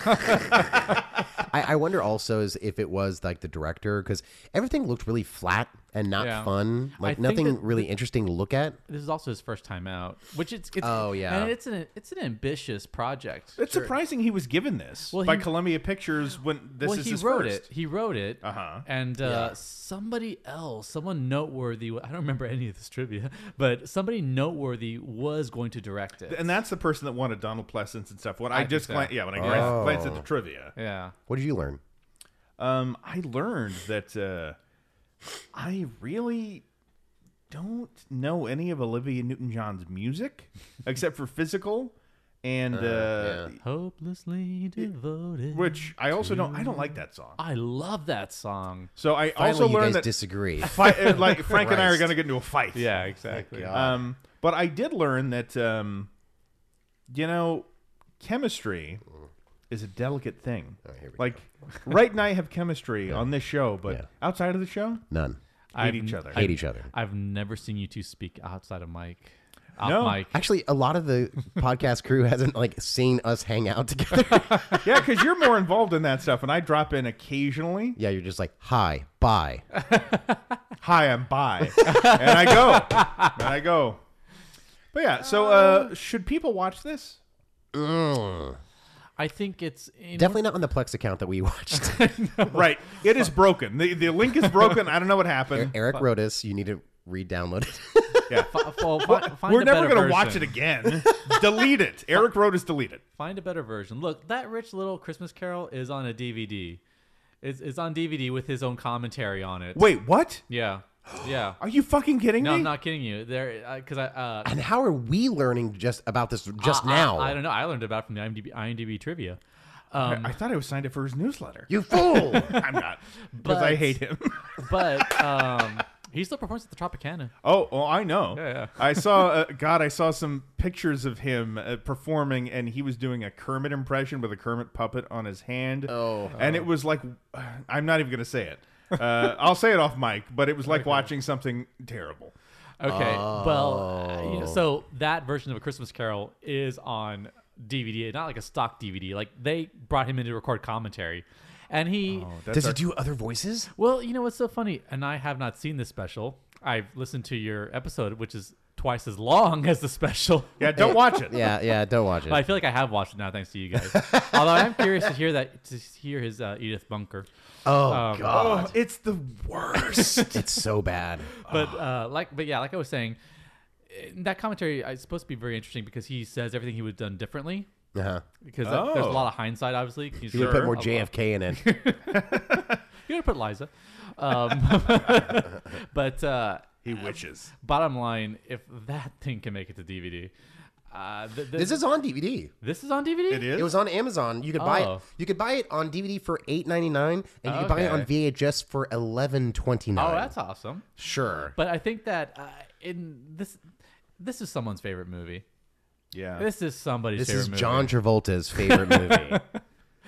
S3: I, I wonder also is if it was like the director because everything looked really flat and not
S4: Yeah.
S3: fun,
S4: I
S3: like
S4: think
S3: nothing
S4: that
S3: really interesting to look at.
S4: this is also his first time out, which it's, it's
S3: Oh, yeah.
S4: and it's an it's an ambitious project.
S1: it's surprising he was given this
S4: Well,
S1: by
S4: he-
S1: Columbia Pictures when this
S4: well,
S1: is
S4: he
S1: his
S4: wrote
S1: first.
S4: it. He wrote it,
S1: Uh-huh.
S4: and uh, somebody else, someone noteworthy. I don't remember any of this trivia, but somebody noteworthy was going to direct it.
S1: And that's the person that wanted Donald Pleasance and stuff. When I,
S4: think
S1: just
S4: so.
S1: glanced, yeah, when I glanced,
S3: Oh.
S1: glanced at the trivia,
S4: yeah,
S3: What did you learn?
S1: um, I learned that uh, I really don't know any of Olivia Newton-John's music except for Physical and uh,
S4: hopelessly devoted.
S1: which I also don't. I don't like that song.
S4: I love that song.
S1: So I
S3: Finally,
S1: also
S3: you guys
S1: learned that
S3: disagree.
S1: fi- uh, like Frank and I are
S3: Christ.
S1: going to get into a fight.
S4: Yeah, exactly.
S1: Um, but I did learn that, um, you know, chemistry is a delicate thing.
S3: Mm. Oh, here we
S1: like, right now I have chemistry on this show, but
S3: Yeah.
S1: outside of the show,
S3: None
S1: hate each other.
S3: hate each other.
S4: I've never seen you two speak outside of Mike. Off
S1: No.
S4: mic.
S3: Actually, a lot of the podcast crew hasn't like seen us hang out together.
S1: yeah, because you're more involved in that stuff, and I drop in occasionally.
S3: yeah, you're just like hi, bye.
S1: Hi, I'm bi, and I go, and I go. But yeah, so uh, should people watch this?
S3: Mm.
S4: I think it's in
S3: Definitely not on the Plex account that we watched.
S1: Right, it is broken. the The link is broken. I don't know what happened.
S3: Eric wrote us. You need to re-download it.
S1: Yeah.
S4: F- Uh, well, fi- find
S1: We're
S4: a
S1: never
S4: better
S1: gonna watch it
S4: version.
S1: again. delete it. Eric wrote us delete it.
S4: Find a better version. Look, that rich little Christmas Carol is on a DVD. It's, it's on DVD with his own commentary on it.
S7: Wait, what?
S4: Yeah. Yeah.
S7: Are you fucking kidding
S4: No,
S7: me?
S4: I'm not kidding you. There, because I uh,
S3: And how are we learning just about this just
S4: I- I-
S3: now?
S4: I, don't know. I learned about it from the IMDb, IMDb trivia. Um,
S1: I thought I was signed up for his newsletter.
S3: you fool!
S1: I'm not because I
S4: But-
S1: hate him.
S4: but um, he still performs at the Tropicana.
S1: Oh, well, I know.
S4: Yeah, yeah.
S1: I saw, uh, God, I saw some pictures of him uh, performing, and he was doing a Kermit impression with a Kermit puppet on his hand.
S3: Oh.
S1: and it was like, I'm not even going to say it. Uh, I'll say it off mic, but it was like watching something terrible.
S4: Okay. Well, uh, you know,
S7: Oh.
S4: so that version of A Christmas Carol is on DVD, not like a stock DVD. Like they brought him in to record commentary, and he.
S7: Oh,
S1: That's
S3: Does
S1: our-
S3: he do other voices?
S4: Well, you know what's so funny, and I have not seen this special. I've listened to your episode, which is twice as long as the special.
S1: yeah, don't watch it.
S3: Yeah, yeah. Don't watch it.
S4: But I feel like I have watched it now, thanks to you guys. Although I'm curious to hear that to hear his uh, Edith Bunker.
S3: oh
S4: Um,
S3: god,
S1: Oh, it's the worst.
S3: it's so bad.
S4: but uh, like, but yeah, like I was saying, eh, that commentary is supposed to be very interesting because he says everything he would have done differently.
S3: Uh-huh.
S4: Because that- there's a
S1: Oh.
S4: lot of hindsight, obviously. He's
S3: You would put more
S4: Oh,
S3: JFK in it.
S4: You would put Liza. Um, but uh,
S1: he wishes.
S4: bottom line, if that thing can make it to DVD, uh, th- th-
S3: this is on DVD.
S4: this is on DVD.
S1: It is.
S3: It was on Amazon. You could buy it.
S4: Oh.
S3: You could buy it on DVD for eight ninety nine, and you could buy it on VHS for eleven twenty
S4: Oh,
S3: nine.
S4: that's awesome.
S3: sure.
S4: But I think that uh, in this, this is someone's favorite movie.
S1: yeah.
S4: This is somebody's
S3: This
S4: favorite
S3: is
S4: movie.
S3: John Travolta's favorite movie.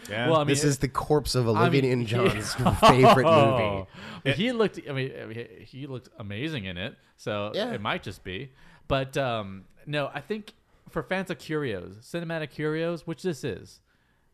S1: yeah.
S4: Well, I mean,
S3: this is the corpse of
S4: I
S3: Olivia
S4: mean,
S3: and
S4: he-
S3: John's favorite movie.
S4: Oh. But he looked. I mean, I mean, he looked amazing in it. So
S3: Yeah.
S4: it might just be. But um, no, I think for fans of curios, cinematic curios, which this is,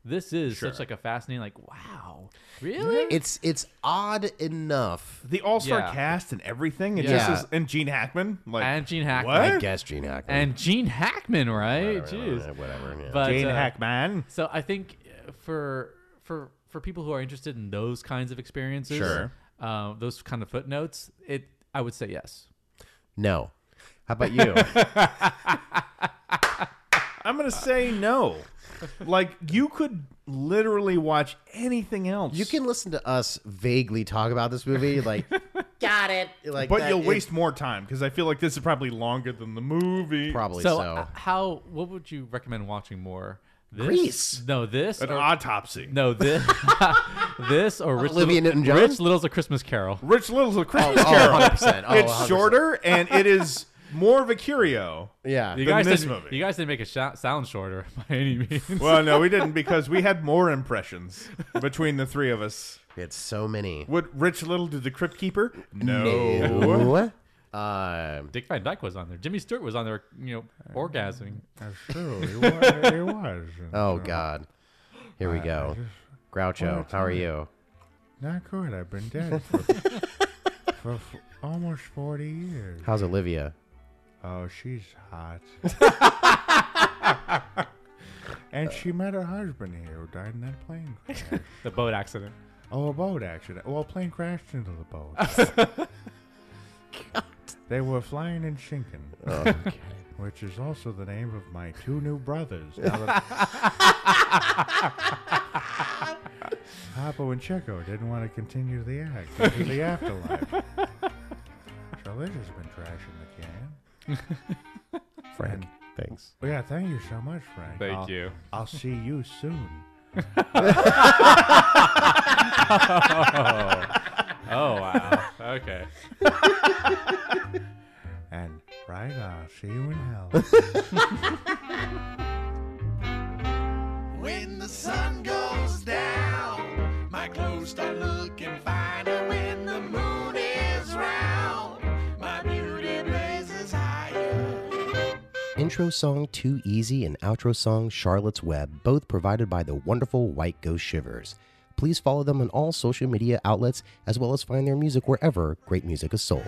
S4: this is such like a fascinating. Like, wow, really?
S3: It's it's odd enough.
S1: the all star
S4: Yeah.
S1: cast and everything. It
S4: Yeah.
S1: just is, and Gene Hackman. Like
S4: And Gene Hackman.
S1: What?
S3: I guess Gene Hackman. Eh,
S4: And Gene Hackman, right? Jeez.
S3: whatever. yeah.
S4: But,
S1: Gene
S4: uh,
S1: Hackman.
S4: So I think uh, for for for people who are interested in those kinds of experiences,
S1: Sure.
S4: uh, those kind of footnotes, it I would say yes.
S3: no. How about you?
S1: I'm gonna say no. like you could literally watch anything else.
S3: you can listen to us vaguely talk about this movie, like got it, like
S1: but
S3: that-
S1: you'll
S3: it-
S1: waste more time because I feel like this is probably longer than the movie.
S3: probably
S4: so,
S3: so.
S4: uh, how what would you recommend watching more? This?
S3: Grease.
S4: No, this.
S1: An
S4: or-
S1: autopsy.
S4: no, this. this or Rich
S3: Olivia
S4: Little,
S3: Newton-John?
S4: Rich Little's A Christmas Carol.
S1: Rich Little's a Christmas
S3: oh,
S1: Carol.
S3: 100%. Oh,
S1: it's
S3: 100%.
S1: shorter and it is more of a curio.
S3: Yeah.
S4: You
S1: Than
S4: guys
S1: this
S4: didn't,
S1: movie.
S4: You guys didn't make it sho- sound shorter by any means.
S1: Well, no, we didn't because we had more impressions between the three of us.
S3: It's so many.
S1: Would Rich Little do the Crypt Keeper?
S3: No. Um,
S4: Dick Van Dyke was on there. Jimmy Stewart was on there. You know, orgasming.
S1: it was.
S3: oh God. Here we go. Groucho, how are you?
S1: Not good. I've been dead for, for f- almost 40 years.
S3: How's Olivia?
S1: Oh, she's hot. and she met her husband here who died in that plane crash.
S4: The boat accident.
S1: Oh, a boat accident. Well, a plane crashed into the boat. they were flying and sinking. Which is also the name of my two new brothers. Now that- Papa and Chico didn't want to continue the act into the afterlife. So this has been trash in the can.
S3: Frank. Thanks.
S1: Well, yeah, thank you so much, Frank.
S4: Thank
S1: I'll-
S4: you.
S1: I'll see you soon.
S4: Oh wow. okay.
S1: And right, I'll see you in hell.
S6: When the sun goes down, my clothes start looking fine. And when the moon is round, my beauty blazes higher.
S3: Intro song Too Easy and outro song Charlotte's Web, both provided by the wonderful White Ghost Shivers. Please follow them on all social media outlets as well as find their music wherever great music is sold.